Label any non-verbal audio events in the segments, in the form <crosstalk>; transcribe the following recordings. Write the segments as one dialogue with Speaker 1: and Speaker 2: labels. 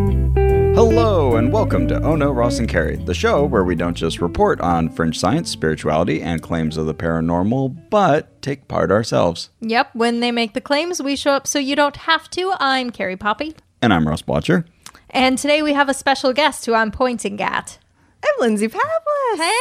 Speaker 1: Hello, and welcome to Oh No, Ross and Carrie, the show where we don't just report on fringe science, spirituality, and claims of the paranormal, but take part ourselves.
Speaker 2: Yep, when they make the claims, we show up so you don't have to. I'm Carrie Poppy.
Speaker 1: And I'm Ross Blotcher.
Speaker 2: And today we have a special guest who I'm pointing at.
Speaker 3: I'm Lindsay Pavlis.
Speaker 2: Hey!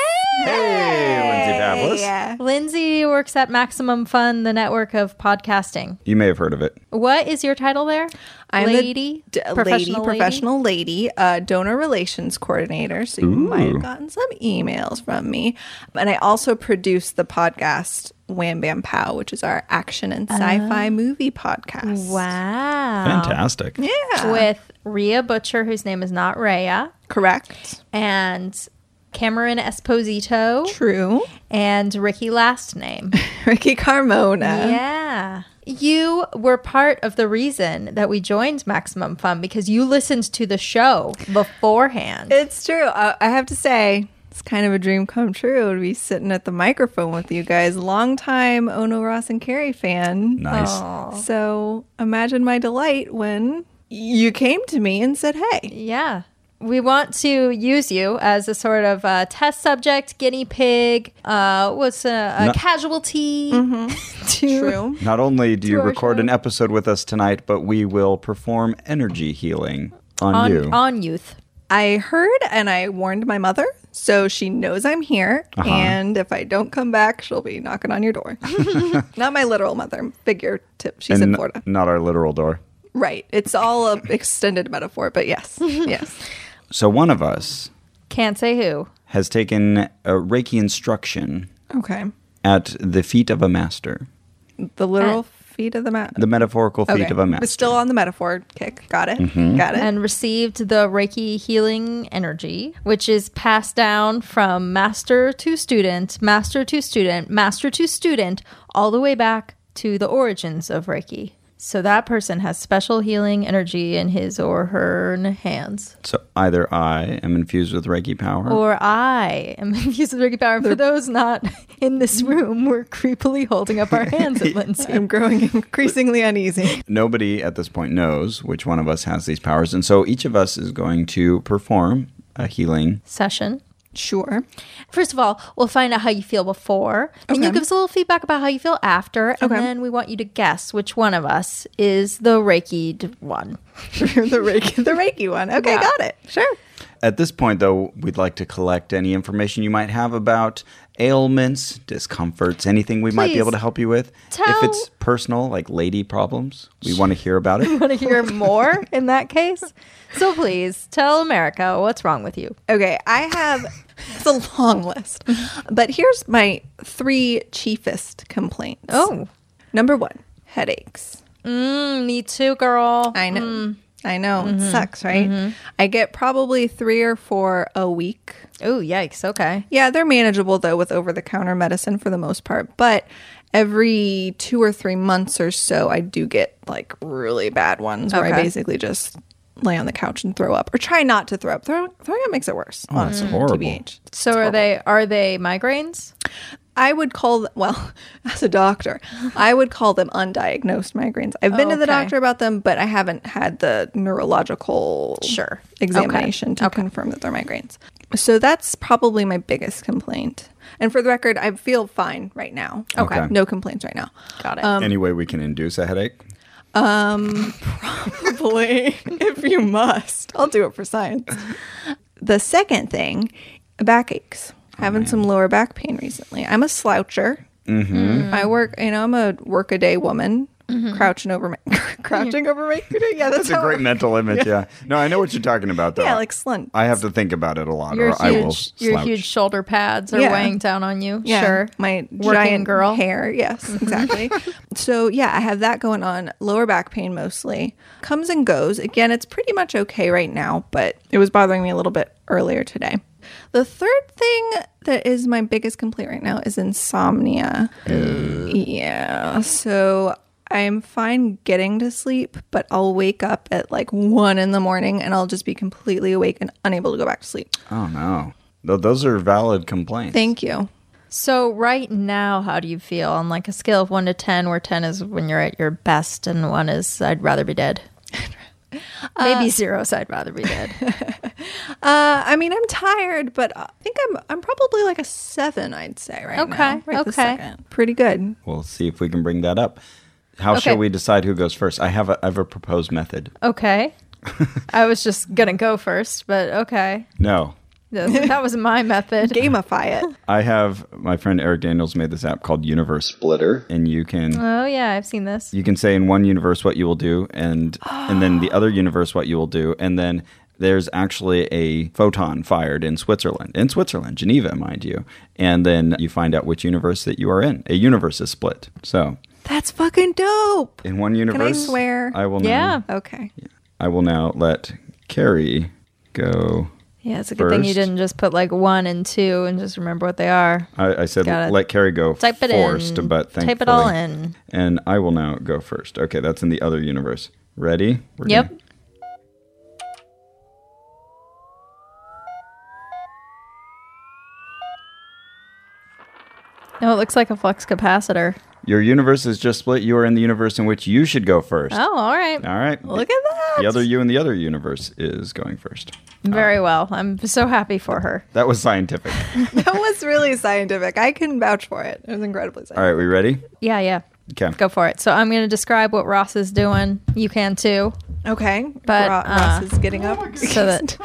Speaker 1: Hey, Lindsay Pavlis.
Speaker 3: Yeah.
Speaker 2: Lindsay works at Maximum Fun, the network of podcasting.
Speaker 1: You may have heard of it.
Speaker 2: What is your title there?
Speaker 3: I'm the
Speaker 2: lady,
Speaker 3: d- lady, professional lady, uh, donor relations coordinator. So you might have gotten some emails from me. And I also produce the podcast Wham Bam Pow, which is our action and sci-fi movie podcast.
Speaker 2: Wow.
Speaker 1: Fantastic.
Speaker 3: Yeah.
Speaker 2: With Rhea Butcher, whose name is not Rhea,
Speaker 3: Correct.
Speaker 2: and Cameron Esposito,
Speaker 3: True. <laughs>
Speaker 2: and Ricky Last Name.
Speaker 3: Ricky Carmona.
Speaker 2: Yeah. You were part of the reason that we joined Maximum Fun because you listened to the show beforehand.
Speaker 3: It's true. I, I have to say, it's kind of a dream come true to be sitting at the microphone with you guys. Longtime Ono Ross and Carrie fan.
Speaker 1: Nice.
Speaker 3: So imagine my delight when you came to me and said, "Hey,
Speaker 2: yeah. We want to use you as a sort of uh, test subject, guinea pig, uh, what's a, a
Speaker 1: No-
Speaker 2: casualty <laughs> to
Speaker 3: true,
Speaker 1: Not only do you
Speaker 2: our
Speaker 1: record
Speaker 2: show.
Speaker 1: an episode with us tonight, but we will perform energy healing on, you.
Speaker 2: on, on youth.
Speaker 3: I heard and I warned my mother, so she knows I'm here,
Speaker 1: Uh-huh.
Speaker 3: and if I don't come back, she'll be knocking on
Speaker 1: <laughs>
Speaker 3: your door." Not my literal mother, figurative. She's
Speaker 1: and
Speaker 3: in
Speaker 1: n-
Speaker 3: Florida,
Speaker 1: not our literal door.
Speaker 3: right? It's all a extended metaphor,
Speaker 1: <laughs>
Speaker 3: but yes, yes,
Speaker 1: So one of us
Speaker 2: Can't say who.
Speaker 1: has taken a Reiki instruction
Speaker 3: okay.
Speaker 1: at the feet of a master,
Speaker 3: The literal feet of the mat.
Speaker 1: Uh, the metaphorical feet of a master. Mm-hmm.
Speaker 3: But still on the metaphor kick. Got it. Got it.
Speaker 2: and received the Reiki healing energy, which is passed down from master to student, master to student, master to student, all the way back to the origins of Reiki. So that person has special healing energy in his or her hands.
Speaker 1: So either I am infused with Reiki power,
Speaker 2: Or I am <laughs> infused with Reiki power. And For those not in this room, we're creepily holding
Speaker 3: <laughs>
Speaker 2: up our hands at Lindsay.
Speaker 3: I'm growing increasingly uneasy.
Speaker 1: nobody at this point knows which one of us has these powers, and so each of us is going to perform a healing.
Speaker 2: Session.
Speaker 3: <laughs> <laughs> Sure.
Speaker 2: First of all, we'll find out how you feel before, and you
Speaker 3: Okay.
Speaker 2: give us a little feedback about how you feel after, and
Speaker 3: Okay.
Speaker 2: then we want you to guess which one of us is the Reiki d- one. <laughs>
Speaker 3: the Reiki the Reiki one. Okay,
Speaker 2: Yeah.
Speaker 3: got it. Sure.
Speaker 1: At this point, though, we'd like to collect any information you might have about ailments, discomforts, anything we might be
Speaker 2: Please
Speaker 1: able to help you with.
Speaker 2: tell-
Speaker 1: If it's personal, like lady problems, we want to hear about
Speaker 2: <laughs>
Speaker 1: it.
Speaker 2: Want to hear more in that case? So please tell America what's wrong with you.
Speaker 3: Okay, I have it's a long list. But here's my three chiefest complaints.
Speaker 2: Oh,
Speaker 3: Number one, headaches.
Speaker 2: mm, me too, girl.
Speaker 3: I know. I know. It sucks, right? I get probably three or four a week.
Speaker 2: Oh, yikes. Okay.
Speaker 3: Yeah, they're manageable though with over the counter medicine for the most part. But every two or three months or so, I do get like really bad ones where I
Speaker 2: Okay.
Speaker 3: basically just lay on the couch and throw up or try not to throw up. Throw, throwing up makes it worse.
Speaker 1: Oh,
Speaker 2: Mm,
Speaker 1: that's horrible.
Speaker 3: TBH.
Speaker 2: So are they are they migraines?
Speaker 3: I would call them, well, <laughs> as a doctor, I would call them undiagnosed migraines. I've been to the
Speaker 2: Okay.
Speaker 3: doctor about them, but I haven't had the neurological
Speaker 2: Sure.
Speaker 3: examination to confirm that they're migraines. So that's probably my biggest complaint. And for the record, I feel fine right now.
Speaker 1: Okay.
Speaker 3: No complaints right now. Um,
Speaker 2: Got it.
Speaker 1: Any way we can induce a headache?
Speaker 3: Probably, if you must. I'll do it for science. The second thing, backaches. Having some lower back pain recently. I'm a sloucher. Mm-hmm. I work, you know, I'm a workaday woman. Crouching over my, <laughs> crouching over my, <laughs> yeah, that's,
Speaker 1: It's a
Speaker 3: how-
Speaker 2: <laughs>
Speaker 1: great mental image, yeah. No, I know what you're talking about, though.
Speaker 3: Yeah, like slint.
Speaker 1: I have to think about it a lot,
Speaker 2: your
Speaker 1: or I will
Speaker 2: huge your
Speaker 1: slouch.
Speaker 2: huge shoulder pads are
Speaker 3: Yeah.
Speaker 2: weighing down on you.
Speaker 3: Yeah,
Speaker 2: Sure.
Speaker 3: My
Speaker 2: Working
Speaker 3: giant Mm-hmm.
Speaker 2: girl.
Speaker 3: hair. Yes, exactly. <laughs> so yeah, I have that going on. Lower back pain mostly comes and goes. Again, it's pretty much okay right now, but it was bothering me a little bit earlier today. The third thing that is my biggest complaint right now is insomnia. Yeah. So I'm fine getting to sleep, but I'll wake up at like one in the morning and I'll just be completely awake and unable to go back to sleep.
Speaker 1: Oh no. Th- those are valid complaints.
Speaker 3: Thank you.
Speaker 2: So right now, how do you feel on like a scale of one to ten, where ten is when you're at your best and one is I'd rather be dead. <laughs> Uh, Maybe zero, so I'd rather be dead.
Speaker 3: Uh, I mean, I'm tired, but I think I'm I'm probably like a seven. I'd say right
Speaker 2: Okay,
Speaker 3: now. Right this
Speaker 2: okay.
Speaker 3: second. Pretty good.
Speaker 1: We'll see if we can bring that up. How shall
Speaker 2: Okay.
Speaker 1: we decide who goes first? I have a, I have a proposed method.
Speaker 2: <laughs> <laughs> Okay. I was just gonna go first, but okay.
Speaker 1: No,
Speaker 2: That that was my method. <laughs>
Speaker 3: Gamify it.
Speaker 1: I have my friend Eric Daniels made this app called Universe Splitter, and you can
Speaker 2: Oh yeah, I've seen this.
Speaker 1: you can say in one universe what you will do, and and then the other universe what you will do, and then there's actually a photon fired in Switzerland, in Switzerland, Geneva, mind you, and then you find out which universe that you are in. A universe is split, so
Speaker 3: That's fucking dope.
Speaker 1: in one universe,
Speaker 3: swear?
Speaker 1: I will
Speaker 2: Yeah.
Speaker 1: now,
Speaker 3: Okay.
Speaker 1: I will now let Carrie go.
Speaker 2: Yeah, it's a good thing you
Speaker 1: First.
Speaker 2: didn't just put like one and two and just remember what they are.
Speaker 1: I, I said
Speaker 2: Gotta
Speaker 1: let Carrie go
Speaker 2: Type it
Speaker 1: first,
Speaker 2: in.
Speaker 1: but thankfully,
Speaker 2: Type it all in.
Speaker 1: And I will now go first. Okay, that's in the other universe. Ready? We're
Speaker 2: Yep.
Speaker 1: gonna-
Speaker 2: No, Oh, it looks like a flux capacitor.
Speaker 1: Your universe is just split. You are in the universe in which you should go first.
Speaker 2: Oh, all right.
Speaker 1: All right.
Speaker 3: Look at that.
Speaker 1: The other you in the other universe is going first.
Speaker 2: Very well. I'm so happy for her.
Speaker 1: That was scientific.
Speaker 3: <laughs> that was really scientific. I can vouch for it. It was incredibly
Speaker 1: All
Speaker 3: scientific.
Speaker 1: right, we ready?
Speaker 2: Yeah, yeah.
Speaker 1: Okay.
Speaker 2: Go for it. So I'm going to describe what Ross is doing. You can too.
Speaker 3: Okay.
Speaker 2: But,
Speaker 3: Ro- Ross
Speaker 2: uh,
Speaker 3: is getting up.
Speaker 2: <laughs> So that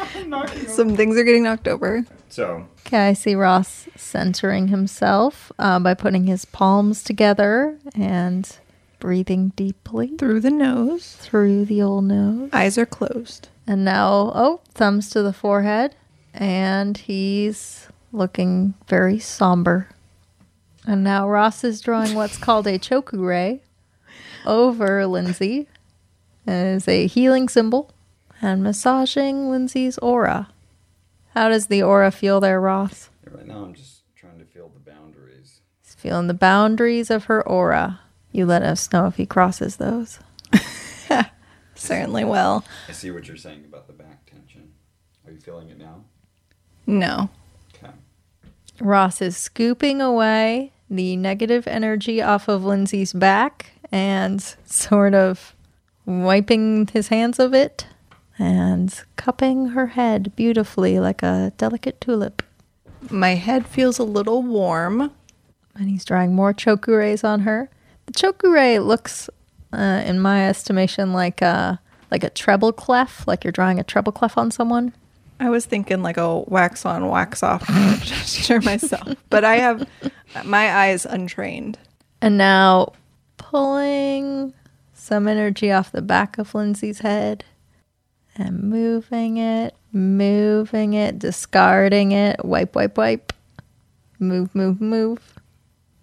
Speaker 3: <laughs> Some things are getting knocked over.
Speaker 1: So,
Speaker 2: okay, I see Ross centering himself uh, by putting his palms together and breathing deeply
Speaker 3: Through the nose.
Speaker 2: through the old nose.
Speaker 3: Eyes are closed.
Speaker 2: And now, oh, thumbs to the forehead, and he's looking very somber. And now Ross is drawing what's called a chokugray over Lindsay as a healing symbol and massaging Lindsay's aura. How does the aura feel there, Ross?
Speaker 1: right now I'm just trying to feel the boundaries.
Speaker 2: He's feeling the boundaries of her aura. You let us know if he crosses those.
Speaker 3: Certainly will.
Speaker 1: I see what you're saying about the back tension. Are you feeling it now?
Speaker 3: No.
Speaker 1: Okay.
Speaker 2: Ross is scooping away the negative energy off of Lindsay's back and sort of wiping his hands of it and cupping her head beautifully like a delicate tulip.
Speaker 3: My head feels a little warm.
Speaker 2: And he's drawing more chokurays on her. The chokure looks, uh, in my estimation, like a, like a treble clef, like you're drawing a treble clef on someone.
Speaker 3: I was thinking like a wax on, wax off <laughs> gesture myself, but I have my eyes untrained.
Speaker 2: And now pulling some energy off the back of Lindsay's head and moving it, moving it, discarding it. Wipe, wipe, wipe. Move, move, move.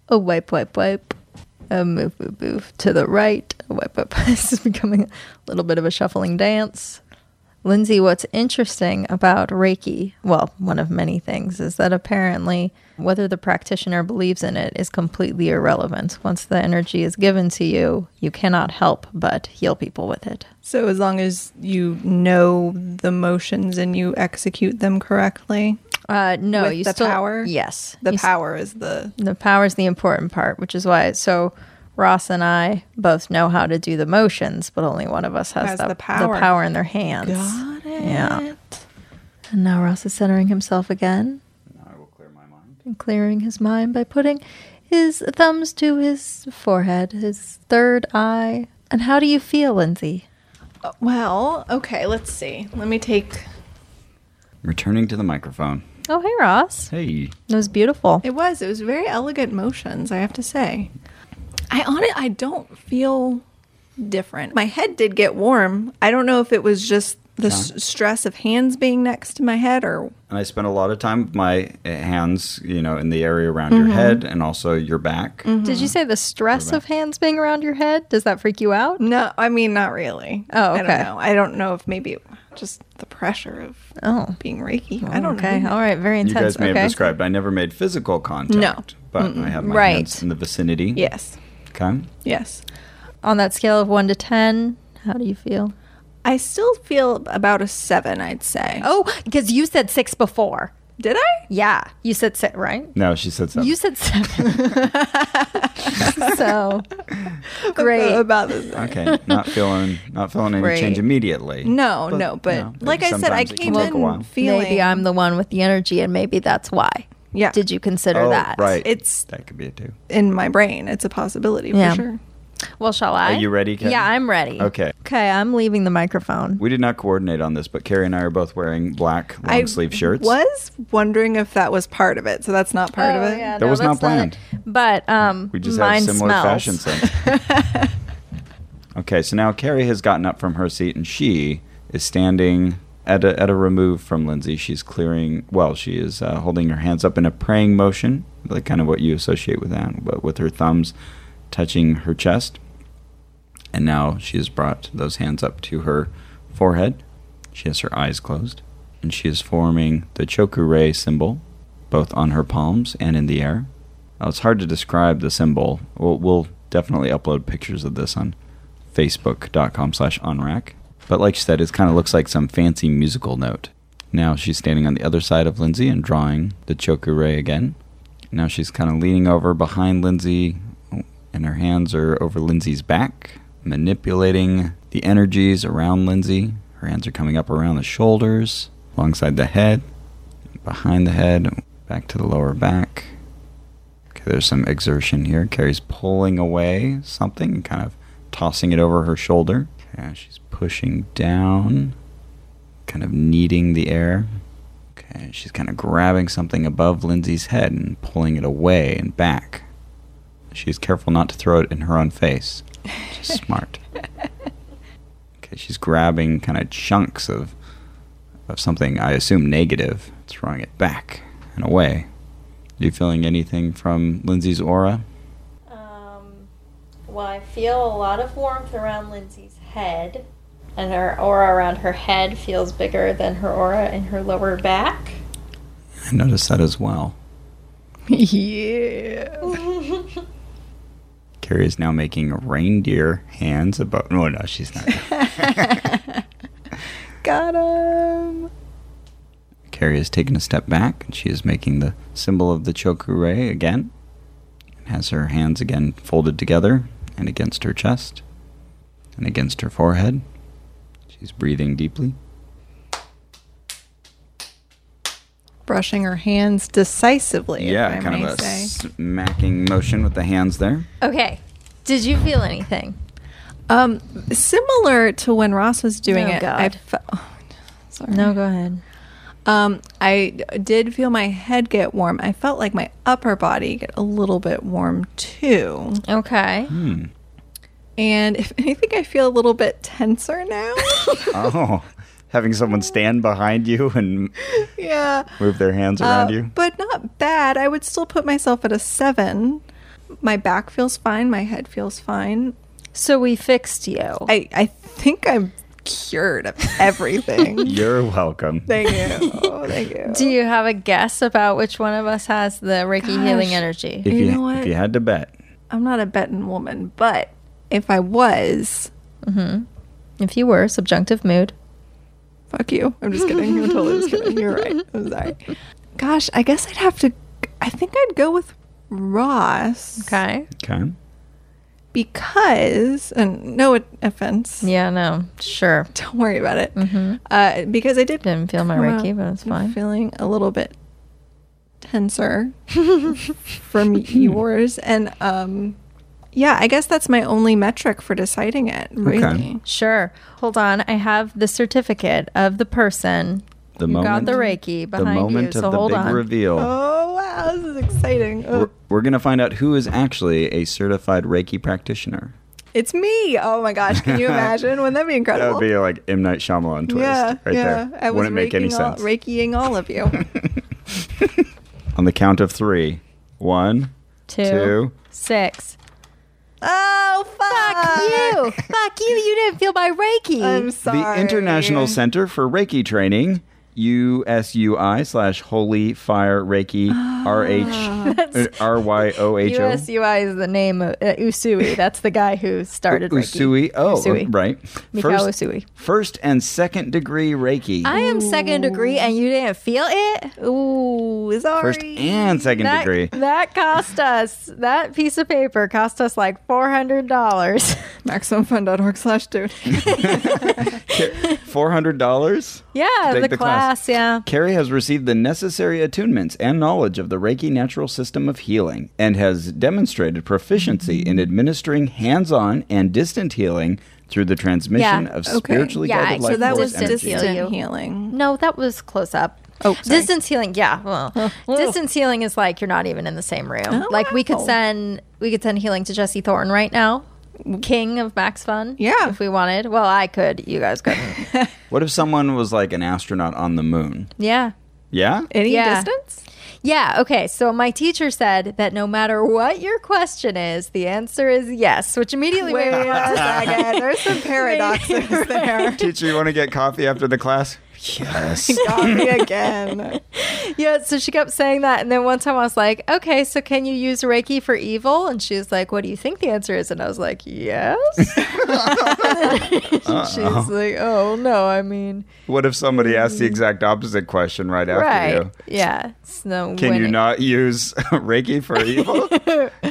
Speaker 2: Oh, wipe, wipe, wipe. A move, move, move to the right. A wipe, wipe. <laughs> This is becoming a little bit of a shuffling dance. Lindsay, what's interesting about Reiki, well, one of many things, is that apparently whether the practitioner believes in it is completely irrelevant. Once the energy is given to you, you cannot help but heal people with it.
Speaker 3: So as long as you know the motions and you execute them correctly,
Speaker 2: Uh, no,
Speaker 3: With
Speaker 2: you
Speaker 3: the
Speaker 2: still
Speaker 3: power?
Speaker 2: Yes,
Speaker 3: the
Speaker 2: You s-
Speaker 3: power is the
Speaker 2: the power is the important part, which is why. So Ross and I both know how to do the motions, but only one of us has,
Speaker 3: Has
Speaker 2: the,
Speaker 3: the power.
Speaker 2: the power in their hands.
Speaker 3: got it.
Speaker 2: Yeah. And now Ross is centering himself again.
Speaker 1: Now I will clear my mind.
Speaker 2: and clearing his mind by putting his thumbs to his forehead, his third eye. And how do you feel, Lindsay?
Speaker 3: Uh, Well, okay, let's see. Let me take.
Speaker 1: Returning to the microphone.
Speaker 2: Oh, hey, Ross.
Speaker 1: Hey.
Speaker 2: It was beautiful.
Speaker 3: It was. It was very elegant motions. I have to say. I on it. I don't feel different. My head did get warm. I don't know if it was just the s- stress of hands being next to my head or
Speaker 1: and I spent a lot of time with my uh, hands, you know, in the area around
Speaker 3: Mm-hmm.
Speaker 1: your head and also your back.
Speaker 2: Did you say the stress of hands being around your head? Does that freak you out?
Speaker 3: No, I mean not really.
Speaker 2: Oh,
Speaker 3: I
Speaker 2: okay.
Speaker 3: don't know. I don't know if maybe just the pressure of
Speaker 2: Oh.
Speaker 3: being Reiki. I don't
Speaker 2: okay.
Speaker 3: know.
Speaker 2: All right. Very
Speaker 1: You
Speaker 2: intense.
Speaker 1: guys may
Speaker 2: okay.
Speaker 1: have described. I never made physical contact.
Speaker 3: No.
Speaker 1: but I have my
Speaker 2: Right.
Speaker 1: hands in the vicinity.
Speaker 3: Yes.
Speaker 1: Okay.
Speaker 3: Yes.
Speaker 2: On that scale of one to 10, how do you feel?
Speaker 3: I still feel about a 7, I'd say.
Speaker 2: Oh, because you said six before.
Speaker 3: Did <laughs> I?
Speaker 2: Yeah, you said six, right?
Speaker 1: No, she said something.
Speaker 2: You said seven. <laughs> so great.
Speaker 3: About this.
Speaker 1: okay, not feeling not feeling any
Speaker 2: Right.
Speaker 1: change immediately.
Speaker 3: No, no, but
Speaker 1: you know,
Speaker 3: like I said, I
Speaker 1: sometimes it can
Speaker 3: came
Speaker 1: take a
Speaker 3: in
Speaker 1: while.
Speaker 3: feeling.
Speaker 2: Maybe I'm the one with the energy, and maybe that's why.
Speaker 3: Yeah.
Speaker 2: Did you consider
Speaker 1: Oh,
Speaker 2: that?
Speaker 1: right.
Speaker 3: It's
Speaker 1: That could be it too.
Speaker 3: in my brain. It's a possibility
Speaker 2: Yeah.
Speaker 3: for sure.
Speaker 2: Well, shall I?
Speaker 1: Are you ready, Kat?
Speaker 2: Yeah, I'm ready.
Speaker 1: Okay.
Speaker 2: Okay, I'm leaving the microphone.
Speaker 1: We did not coordinate on this, but Carrie and I are both wearing black long
Speaker 3: I
Speaker 1: sleeve shirts.
Speaker 3: was wondering if that was part of it. So that's not part of it.
Speaker 2: Oh, Yeah,
Speaker 1: That was not
Speaker 2: that's it. But um,
Speaker 1: We just
Speaker 2: mine
Speaker 1: have similar
Speaker 2: smells.
Speaker 1: fashion sense.
Speaker 2: <laughs>
Speaker 1: okay, so now Carrie has gotten up from her seat and she is standing at a, at a remove from Lindsay. She's clearing, well, she is uh, holding her hands up in a praying motion, like kind of what you associate with that, but with her thumbs touching her chest. And now she has brought those hands up to her forehead. She has her eyes closed, and she is forming the Chokure symbol, both on her palms and in the air. Now, it's hard to describe the symbol. We'll, we'll definitely upload pictures of this on facebook.com slash onrack. But like she said, it kind of looks like some fancy musical note. Now she's standing on the other side of Lindsay and drawing the Chokure again. Now she's kind of leaning over behind Lindsay, and her hands are over Lindsay's back, manipulating the energies around Lindsay. Her hands are coming up around the shoulders, alongside the head, behind the head, back to the lower back. Okay, there's some exertion here. Carrie's pulling away something, kind of tossing it over her shoulder. Okay, she's pushing down, kind of kneading the air. Okay, she's kind of grabbing something above Lindsay's head and pulling it away and back. She's careful not to throw it in her own face. She's
Speaker 3: <laughs>
Speaker 1: smart. Okay, she's grabbing kind of chunks of of something I assume negative, throwing it back and away. Are you feeling anything from Lindsay's aura?
Speaker 2: Um, well, I feel a lot of warmth around Lindsay's head, and her aura around her head feels bigger than her aura in her lower back.
Speaker 1: I noticed that as well.
Speaker 3: yeah.
Speaker 1: Carrie is now making reindeer hands above. No, no, she's
Speaker 3: <laughs>
Speaker 1: not.
Speaker 3: Got him.
Speaker 1: Carrie has taken a step back and she is making the symbol of the chokure again and has her hands again folded together and against her chest and against her forehead. She's breathing deeply.
Speaker 3: Brushing her hands decisively. if I
Speaker 1: kind
Speaker 3: may
Speaker 1: of a
Speaker 3: say.
Speaker 1: smacking motion with the hands there.
Speaker 2: Okay. Did you feel anything?
Speaker 3: Um, similar to when Ross was doing
Speaker 2: Oh,
Speaker 3: it.
Speaker 2: God.
Speaker 3: I fe- oh, sorry.
Speaker 2: go ahead.
Speaker 3: Um, I did feel my head get warm. I felt like my upper body get a little bit warm too.
Speaker 2: Okay.
Speaker 1: Hmm.
Speaker 3: And if <laughs> anything, I feel a little bit tenser now.
Speaker 1: <laughs> Oh, having someone stand behind you and
Speaker 3: yeah.
Speaker 1: move their hands around
Speaker 3: Uh,
Speaker 1: you.
Speaker 3: But not bad. I would still put myself at a seven. My back feels fine. My head feels fine.
Speaker 2: So we fixed you.
Speaker 3: I, I think I'm
Speaker 1: <laughs>
Speaker 3: cured of everything.
Speaker 1: You're welcome.
Speaker 3: thank you. Thank you.
Speaker 2: Do you have a guess about which one of us has the Reiki
Speaker 3: Gosh.
Speaker 2: healing energy?
Speaker 1: If
Speaker 3: You
Speaker 1: you,
Speaker 3: know what?
Speaker 1: if you had to bet,
Speaker 3: I'm not a betting woman, but if I was,
Speaker 2: If you were, subjunctive mood.
Speaker 3: fuck you. I'm just kidding. I'm totally just kidding. You're right. I'm sorry. Gosh, I guess I'd have to. I think I'd go with Ross
Speaker 2: Okay.
Speaker 1: okay.
Speaker 3: because, and no offense,
Speaker 2: Yeah, Mm-hmm. no. Sure.
Speaker 3: don't worry about it. Uh, because I did
Speaker 2: Didn't feel my
Speaker 3: Well,
Speaker 2: Reiki, but it's
Speaker 3: I'm
Speaker 2: fine.
Speaker 3: feeling a little bit tenser
Speaker 2: <laughs>
Speaker 3: from yours, and um, yeah, I guess that's my only metric for deciding it. Really,
Speaker 2: Sure. Hold on. I have the certificate of the person
Speaker 1: The
Speaker 2: who
Speaker 1: moment,
Speaker 2: got the
Speaker 1: <laughs>
Speaker 2: Reiki
Speaker 1: the
Speaker 2: behind
Speaker 1: moment
Speaker 2: you. So
Speaker 1: of the
Speaker 2: hold
Speaker 1: big
Speaker 2: on.
Speaker 1: reveal.
Speaker 3: oh wow, this is exciting. Oh,
Speaker 1: We're, we're going to find out who is actually a certified Reiki practitioner.
Speaker 3: it's me. Oh my gosh,
Speaker 1: <laughs>
Speaker 3: can you imagine? Wouldn't that be
Speaker 1: That
Speaker 3: incredible?
Speaker 1: would be like M. Night Shyamalan twist
Speaker 3: yeah,
Speaker 1: right
Speaker 3: yeah.
Speaker 1: there.
Speaker 3: I was
Speaker 1: Wouldn't make any
Speaker 3: raking all,
Speaker 1: sense.
Speaker 3: Reikiing all of you.
Speaker 1: <laughs> On the count of three. One,
Speaker 2: Two,
Speaker 1: Two.
Speaker 2: six.
Speaker 3: oh fuck,
Speaker 2: you. Fuck you. You didn't feel my
Speaker 1: <laughs>
Speaker 2: Reiki.
Speaker 3: <laughs> I'm sorry.
Speaker 1: the International Center for Reiki Training USUI slash Holy Fire Reiki
Speaker 3: Ah. <laughs>
Speaker 1: RH R Y O H O
Speaker 2: USUI is the name of uh, Usui. That's the guy who started Reiki.
Speaker 1: Usui. Oh,
Speaker 2: Usui.
Speaker 1: right.
Speaker 2: Mikao Usui.
Speaker 1: first and second degree Reiki.
Speaker 2: I am second degree, and you didn't feel it. Ooh, sorry.
Speaker 1: first and second
Speaker 2: that,
Speaker 3: <laughs>
Speaker 1: degree. <laughs>
Speaker 2: That cost us. That piece of paper cost us like four hundred dollars. <laughs>
Speaker 3: MaximumFun.org slash
Speaker 1: <laughs>
Speaker 3: dude.
Speaker 1: Four hundred dollars.
Speaker 2: yeah,
Speaker 1: Take
Speaker 2: the,
Speaker 1: the
Speaker 2: class.
Speaker 1: class.
Speaker 2: Yeah.
Speaker 1: Carrie has received the necessary attunements and knowledge of the Reiki natural system of healing and has demonstrated proficiency in administering hands on and distant healing through the transmission
Speaker 2: Yeah,
Speaker 1: of
Speaker 3: okay.
Speaker 1: spiritually
Speaker 2: Yeah,
Speaker 1: guided
Speaker 2: so
Speaker 1: life
Speaker 3: So that
Speaker 1: force
Speaker 3: was
Speaker 2: Distance
Speaker 1: energy.
Speaker 2: heal
Speaker 3: distant
Speaker 2: you.
Speaker 3: healing.
Speaker 2: No, that was close up.
Speaker 3: Oh, sorry.
Speaker 2: distance healing. Yeah,
Speaker 1: <laughs>
Speaker 2: well,
Speaker 1: Oh.
Speaker 2: distance healing is like you're not even in the same room. like we could
Speaker 3: wow.
Speaker 2: send we could send healing to Jesse Thornton right now,
Speaker 1: Mm.
Speaker 2: king of Max Fun.
Speaker 3: Yeah.
Speaker 2: if we wanted. Well, I could. You guys couldn't.
Speaker 1: <laughs> What if someone was like an astronaut on the moon?
Speaker 2: yeah.
Speaker 1: Yeah?
Speaker 3: Any
Speaker 2: Yeah.
Speaker 3: distance?
Speaker 2: Yeah, okay. So my teacher said that no matter what your question is, the answer is yes, which immediately made me
Speaker 3: a
Speaker 2: laugh.
Speaker 3: second. There's some paradoxes there.
Speaker 1: Teacher, you want to get coffee after the class?
Speaker 2: <laughs>
Speaker 1: Yes.
Speaker 3: Got
Speaker 1: <laughs>
Speaker 3: me again.
Speaker 2: Yeah, so she kept saying that. And then one time I was like, okay, so can you use Reiki for evil? And she was like, what do you think the answer is? And I was like,
Speaker 1: <laughs>
Speaker 2: yes. <laughs> And she was like, oh, no, I mean,
Speaker 1: what if somebody asked the exact opposite question right after
Speaker 2: right.
Speaker 1: you?
Speaker 2: Yeah. It's no
Speaker 1: Can you
Speaker 2: winning.
Speaker 1: not use <laughs> Reiki for evil?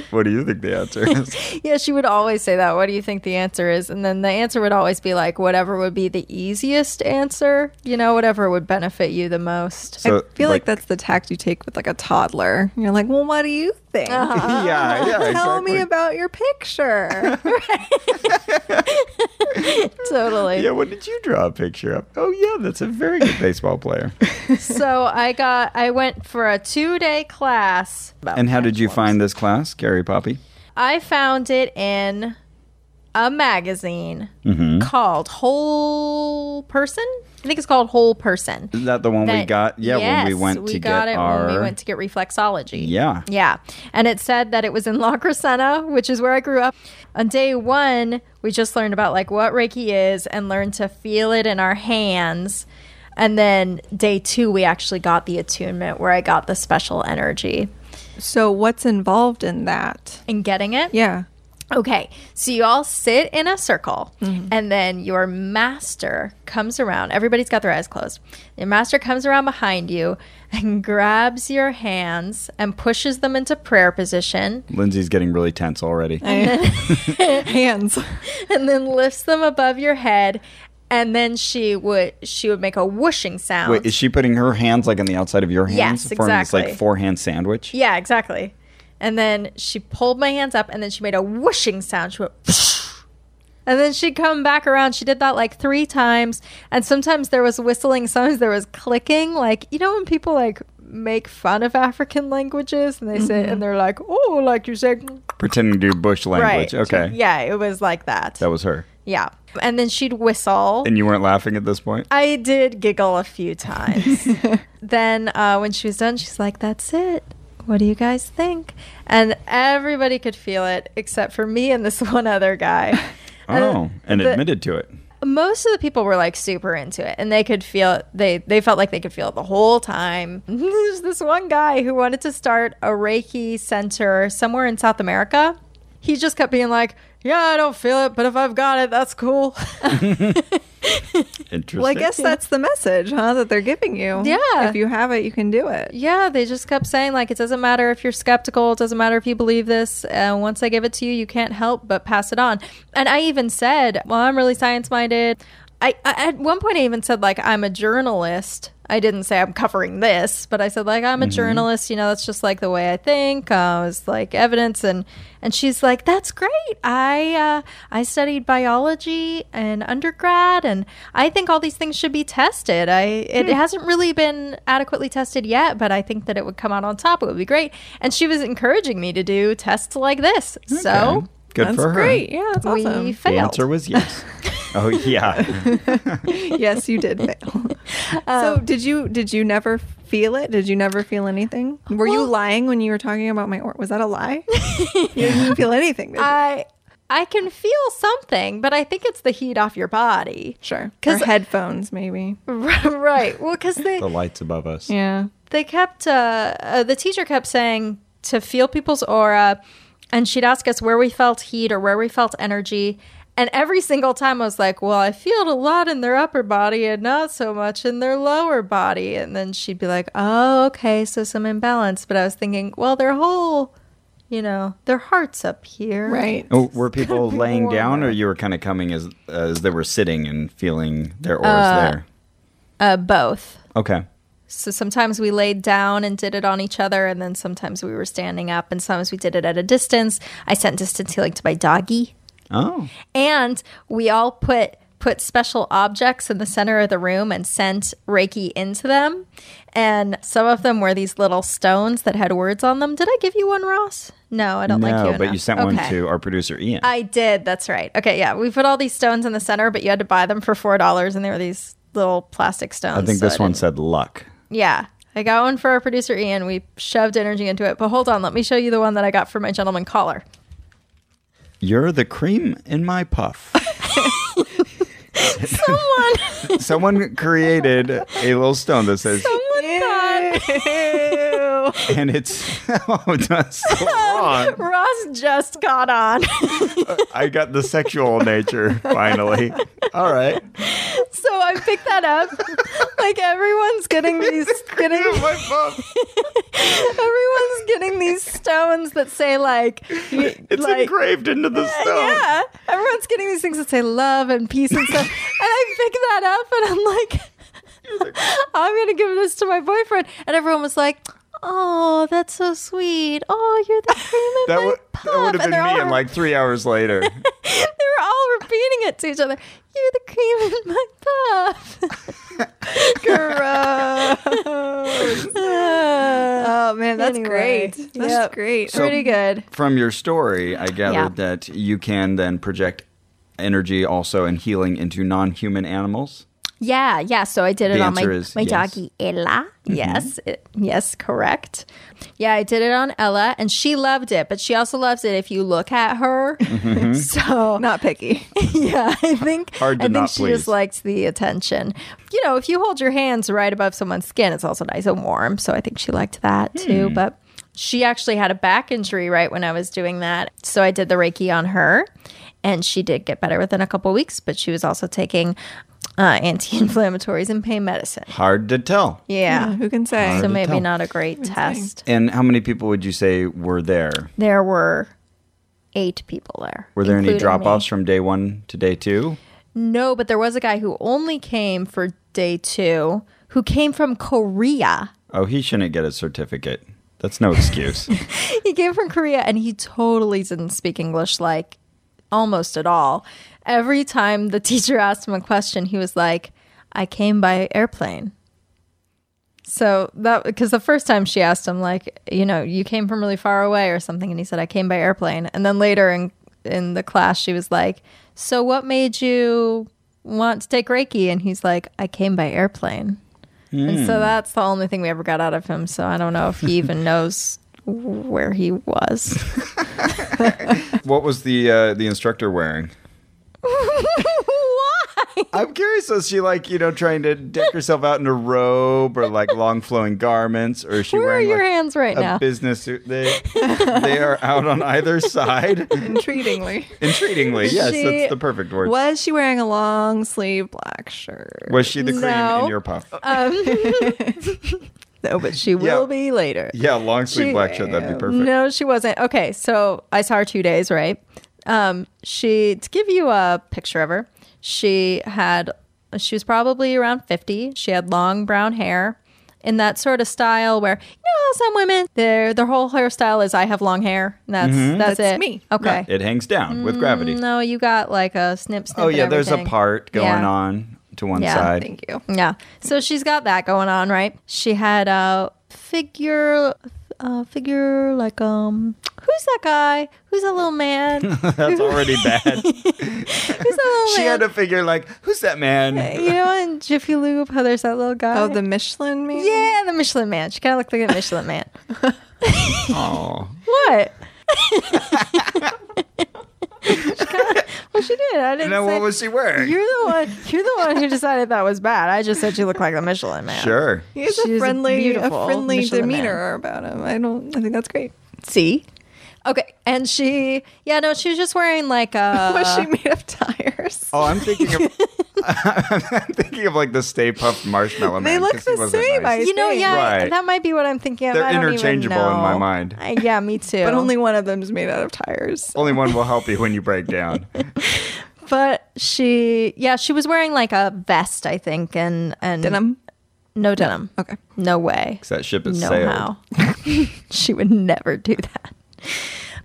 Speaker 2: <laughs>
Speaker 1: what do you think the answer is? <laughs>
Speaker 2: Yeah, she would always say that. What do you think the answer is? And then the answer would always be like whatever would be the easiest answer, you know, whatever would benefit you the
Speaker 3: <laughs>
Speaker 2: most. <laughs>
Speaker 1: So,
Speaker 3: I feel like,
Speaker 1: like-
Speaker 3: that's the tact you take with like a toddler. You're like, well, what do you think?
Speaker 2: Uh-huh.
Speaker 3: <laughs>
Speaker 1: yeah, yeah,
Speaker 2: Ah,
Speaker 3: Tell
Speaker 1: exactly.
Speaker 3: me about your picture.
Speaker 1: <laughs>
Speaker 2: totally.
Speaker 1: Yeah, when did you draw a picture of? Oh, yeah, that's a very good baseball
Speaker 2: <laughs>
Speaker 1: player.
Speaker 2: So I got I went for a 2-day class.
Speaker 1: and how did you find this class, Gary Poppy?
Speaker 2: I found it in a magazine
Speaker 1: Mm-hmm.
Speaker 2: called Whole Person. I think it's called Whole Person.
Speaker 1: Is that the one we
Speaker 2: that-
Speaker 1: got? Yeah, when we
Speaker 2: yes,
Speaker 1: went
Speaker 2: we
Speaker 1: to
Speaker 2: got
Speaker 1: get
Speaker 2: it
Speaker 1: our.
Speaker 2: when we went to get reflexology.
Speaker 1: Yeah.
Speaker 2: yeah, and it said that it was in <laughs> La Crescenta, which is where I grew up. On day one, we just learned about like what Reiki is and learned to feel it in our hands. And then day two, we actually got the attunement where I got the special energy
Speaker 3: so, what's involved in that?
Speaker 2: and getting it. <laughs>
Speaker 3: Yeah.
Speaker 2: Okay, so you all sit in a circle, and then your master comes around. Everybody's got their eyes closed. Your master comes around behind you and grabs your hands and pushes them into prayer position,
Speaker 1: Lindsay's getting really tense already.
Speaker 3: Hands.
Speaker 2: <laughs> and then lifts them above your head. And then she would she would make a whooshing sound.
Speaker 1: Wait, is she putting her hands like on the outside of your hands?
Speaker 2: Yes,
Speaker 1: forming this,
Speaker 2: exactly.
Speaker 1: like four hand sandwich?
Speaker 2: yeah, exactly. And then she pulled my hands up, and then she made a whooshing sound. She went. <laughs> And then she'd come back around. She did that like three times. And sometimes there was whistling, sometimes there was clicking. Like, you know, when people like make fun of African languages and they say,
Speaker 1: Mm-hmm.
Speaker 2: and they're like, oh, like you said,
Speaker 1: Pretending to do bush language. Okay.
Speaker 2: Yeah, it was like that.
Speaker 1: That was her.
Speaker 2: yeah. And then she'd whistle.
Speaker 1: And you weren't laughing at this point?
Speaker 2: I did giggle a few
Speaker 3: <laughs>
Speaker 2: times. then uh, when she was done, she's like, "That's it. What do you guys think?" And everybody could feel it except for me and this <laughs> one other guy. And
Speaker 1: Oh, and
Speaker 2: the-
Speaker 1: admitted to it.
Speaker 2: Most of the people were like super into it, and they could feel they they felt like they could feel it the whole time. <laughs> There's this one guy who wanted to start a Reiki center somewhere in South America. He just kept being like, "Yeah, I don't feel it, but if I've got it, that's cool." <laughs>
Speaker 1: Interesting.
Speaker 3: Well, I guess that's the message, huh? That they're giving you.
Speaker 2: Yeah.
Speaker 3: If you have it, you can do it.
Speaker 2: Yeah, they just kept saying like it doesn't matter if you're skeptical, it doesn't matter if you believe this. Uh, once I give it to you, you can't help but pass it on. And I even said, "Well, I'm really science minded." I, I at one point I even said like I'm a journalist. I didn't say I'm covering this, but I said like I'm a journalist. You know, that's just like the way I think. Uh, it's like evidence, and and she's like, "That's great. I uh, I studied biology in undergrad, and I think all these things should be tested. I it
Speaker 3: Hmm.
Speaker 2: hasn't really been adequately tested yet, but I think that it would come out on top. It would be great." And she was encouraging me to do tests like this, so
Speaker 1: Okay. Good
Speaker 3: That's
Speaker 1: for her.
Speaker 3: great. Yeah, that's awesome.
Speaker 2: we
Speaker 1: The
Speaker 2: failed.
Speaker 1: answer was
Speaker 2: <laughs>
Speaker 1: yes. oh, yeah.
Speaker 3: <laughs> yes, you
Speaker 2: <laughs>
Speaker 3: did fail. <laughs>
Speaker 2: Um,
Speaker 3: so did you did you never feel it? Did you never feel anything?
Speaker 2: <laughs>
Speaker 3: Were you lying when you were talking about my or was that a lie? you didn't feel anything. Did you?
Speaker 2: I I can feel something, but I think it's the heat off your body.
Speaker 3: Sure. Or
Speaker 2: 'Cause-
Speaker 3: headphones, maybe.
Speaker 2: <laughs> right. Well, because they
Speaker 1: The lights above us.
Speaker 3: Yeah.
Speaker 2: they kept uh, uh, the teacher kept saying to feel people's aura and she'd ask us where we felt heat or where we felt energy and every single time i was like well i feel it a lot in their upper body and not so much in their lower body and then she'd be like oh okay so some imbalance but i was thinking well their whole you know their heart's up here
Speaker 3: Right.
Speaker 1: Oh, were people
Speaker 2: be
Speaker 1: laying down,
Speaker 2: warmer.
Speaker 1: or you were kind of coming as as they were sitting and feeling their oars there?
Speaker 2: uh, both
Speaker 1: Okay.
Speaker 2: So sometimes we laid down and did it on each other, and then sometimes we were standing up, and sometimes we did it at a distance. I sent distance healing to my doggy,
Speaker 1: Oh,
Speaker 2: and we all put put special objects in the center of the room and sent Reiki into them. And some of them were these little stones that had words on them. Did I give you one, Ross? No, I don't
Speaker 1: no,
Speaker 2: like you.
Speaker 1: but
Speaker 2: enough.
Speaker 1: you sent
Speaker 2: Okay.
Speaker 1: one to our producer Ian.
Speaker 2: I did. That's right. Okay, yeah. We put all these stones in the center, but you had to buy them for four dollars, and they were these little plastic stones.
Speaker 1: I think
Speaker 2: so
Speaker 1: this one
Speaker 2: didn't-
Speaker 1: said luck.
Speaker 2: yeah. I got one for our producer Ian. We shoved energy into it. But hold on, let me show you the one that I got for my gentleman caller.
Speaker 1: You're the cream in my
Speaker 2: <laughs>
Speaker 1: puff.
Speaker 2: Someone
Speaker 1: Someone created a little stone that says, <laughs> and it's <laughs> oh, that's
Speaker 2: <laughs>
Speaker 1: so wrong.
Speaker 2: Ross just got on.
Speaker 1: I got the sexual nature finally. All
Speaker 2: <laughs>
Speaker 1: right,
Speaker 2: <laughs>
Speaker 1: <laughs>
Speaker 2: so I picked that up. like everyone's getting these getting
Speaker 1: Cream in <laughs> my puff.
Speaker 2: everyone's getting these stones that say like you-
Speaker 1: It's
Speaker 2: like uh,
Speaker 1: engraved into the stone.
Speaker 2: yeah, everyone's getting these things that say love and peace and
Speaker 1: <laughs>
Speaker 2: stuff. and I pick that up and I'm like, I'm going to give this to my boyfriend. And everyone was like, oh, that's so sweet. Oh,
Speaker 1: <laughs>
Speaker 2: you're the cream in
Speaker 1: That,
Speaker 2: my
Speaker 1: w-
Speaker 2: puff.
Speaker 1: that would have
Speaker 2: And
Speaker 1: been
Speaker 2: they're all
Speaker 1: me, and
Speaker 2: re- <laughs>
Speaker 1: like three hours later,
Speaker 2: they were all repeating it to each other. You're the cream in my puff.
Speaker 1: <laughs>
Speaker 2: <laughs> Gross.
Speaker 3: <laughs> Oh man, that's
Speaker 2: Anyway,
Speaker 3: great. That's
Speaker 2: yep.
Speaker 3: great.
Speaker 1: So-
Speaker 2: <laughs> Pretty good.
Speaker 1: from your story, I gathered
Speaker 2: Yeah.
Speaker 1: that you can then project energy also and healing into non-human animals.
Speaker 2: Yeah, yeah. So I did it
Speaker 1: The
Speaker 2: on my
Speaker 1: answer is
Speaker 2: my
Speaker 1: yes. Mm-hmm.
Speaker 2: doggy Ella. Yes, it- yes, correct. Yeah, I did it on Ella, and she loved it. But she also loves it if you look at her.
Speaker 1: Mm-hmm.
Speaker 2: <laughs> So
Speaker 3: Not picky.
Speaker 2: <laughs> yeah, I think
Speaker 1: Hard to
Speaker 2: I think
Speaker 1: not
Speaker 2: she
Speaker 1: please.
Speaker 2: just likes the attention. You know, if you hold your hands right above someone's skin, it's also nice and warm. So I think she liked
Speaker 1: Hmm.
Speaker 2: that too. But she actually had a back injury right when I was doing that. So I did the Reiki on her, and she did get better within a couple weeks. But she was also taking uh, anti-inflammatories and pain medicine.
Speaker 1: Hard to tell.
Speaker 2: Yeah.
Speaker 3: Who can say?
Speaker 2: So
Speaker 1: to
Speaker 2: maybe
Speaker 1: tell.
Speaker 2: not a great test.
Speaker 1: And how many people would you say were there?
Speaker 2: There were eight people there.
Speaker 1: Were there any
Speaker 2: including me.
Speaker 1: drop offs from day one to day two?
Speaker 2: No, but there was a guy who only came for day two who came from Korea.
Speaker 1: Oh, he shouldn't get a certificate. That's no
Speaker 2: <laughs>
Speaker 1: excuse.
Speaker 2: He came from Korea and he totally didn't speak English like almost at all. Every time the <laughs> teacher asked him a question, he was like, I came by airplane. So that because the first time she asked him like, you know, you came from really far away or something and he said I came by airplane. And then later in in the class she was like, "So what made you want to take Reiki?" and he's like, "I came by airplane." And so that's the only thing we ever got out of him. So I don't know if he even knows where he was.
Speaker 1: <laughs> what was the uh, the instructor wearing?
Speaker 2: Why?
Speaker 1: I'm curious. Was she like you know trying to deck herself out in a robe or like long flowing garments, or is she
Speaker 2: Where are
Speaker 1: wearing
Speaker 2: your
Speaker 1: like,
Speaker 2: hands right
Speaker 1: a
Speaker 2: now?
Speaker 1: business suit? They they
Speaker 2: <laughs>
Speaker 1: are out on either side. <laughs>
Speaker 3: Intriguingly.
Speaker 1: Entreatingly, yes,
Speaker 2: She-
Speaker 1: that's the perfect word.
Speaker 3: Was she wearing a long sleeve black shirt?
Speaker 1: Was she the cream
Speaker 2: No. Uh,
Speaker 1: in your puff?
Speaker 2: no, but she will be later.
Speaker 1: yeah, long sleeve
Speaker 2: she-
Speaker 1: black shirt. That'd be perfect.
Speaker 2: No, she wasn't. Okay, so I saw her two days, right? Um, she to give you a picture of her, she had she was probably around fifty. She had long brown hair in that sort of style where you know how some women their their whole hairstyle is I have long hair. And that's
Speaker 1: Mm-hmm.
Speaker 2: that's,
Speaker 3: That's
Speaker 2: it.
Speaker 3: me.
Speaker 2: Okay. Mm,
Speaker 1: It hangs down with gravity.
Speaker 2: No, you got like a snip snip.
Speaker 1: oh yeah,
Speaker 2: and
Speaker 1: there's a
Speaker 2: everything.
Speaker 1: part going
Speaker 2: Yeah.
Speaker 1: on to one
Speaker 2: Yeah.
Speaker 1: side. <laughs>
Speaker 3: Thank you.
Speaker 2: Yeah. So she's got that going on, right? She had a figure, uh, figure like um, who's that guy? Who's that
Speaker 1: <laughs>
Speaker 2: little man? who's that
Speaker 1: That's already
Speaker 2: <laughs>
Speaker 1: bad.
Speaker 2: little
Speaker 1: she
Speaker 2: man?
Speaker 1: had a figure like, who's that man?
Speaker 2: you know, in Jiffy Lube, how there's that little guy.
Speaker 3: Oh, the Michelin man?
Speaker 2: yeah, the Michelin Man. She kind of looked like a Michelin Man. <laughs>
Speaker 1: Oh,
Speaker 2: What?
Speaker 4: I didn't.
Speaker 1: Now,
Speaker 4: say-
Speaker 1: what was she wearing?
Speaker 4: You're the one. You're the one who decided that was bad. I just said you look like the Michelin Man.
Speaker 2: <laughs>
Speaker 1: Sure.
Speaker 3: He has
Speaker 4: She's
Speaker 3: a
Speaker 4: a
Speaker 3: friendly, a
Speaker 4: beautiful
Speaker 3: friendly
Speaker 4: Michelin man.
Speaker 3: demeanor about him. I don't. I think that's great.
Speaker 4: See,
Speaker 2: Okay, and she, yeah, no, she was just wearing like
Speaker 3: <laughs>
Speaker 2: a.
Speaker 3: Was she made of tires?
Speaker 1: Oh, I'm thinking of <laughs> I'm thinking of like the Stay Puffed Marshmallow Man.
Speaker 3: They look
Speaker 1: 'cause he
Speaker 3: the
Speaker 1: wasn't
Speaker 3: same, I-
Speaker 4: you know,
Speaker 3: Right.
Speaker 4: yeah, I-
Speaker 1: Right.
Speaker 4: that might be what I'm thinking of.
Speaker 1: They're
Speaker 4: I don't even
Speaker 1: interchangeable in my
Speaker 4: know.
Speaker 1: mind.
Speaker 4: I- yeah, me too.
Speaker 3: But only one of them's made out of tires.
Speaker 1: Only one will help you when you break
Speaker 2: <laughs>
Speaker 1: down.
Speaker 2: But she, yeah, she was wearing like a vest, I think, and and
Speaker 3: Denim.
Speaker 2: no denim,
Speaker 3: Okay.
Speaker 2: no way,
Speaker 1: 'Cause that ship is
Speaker 2: no
Speaker 1: sailed.
Speaker 2: how. <laughs> she would never do that.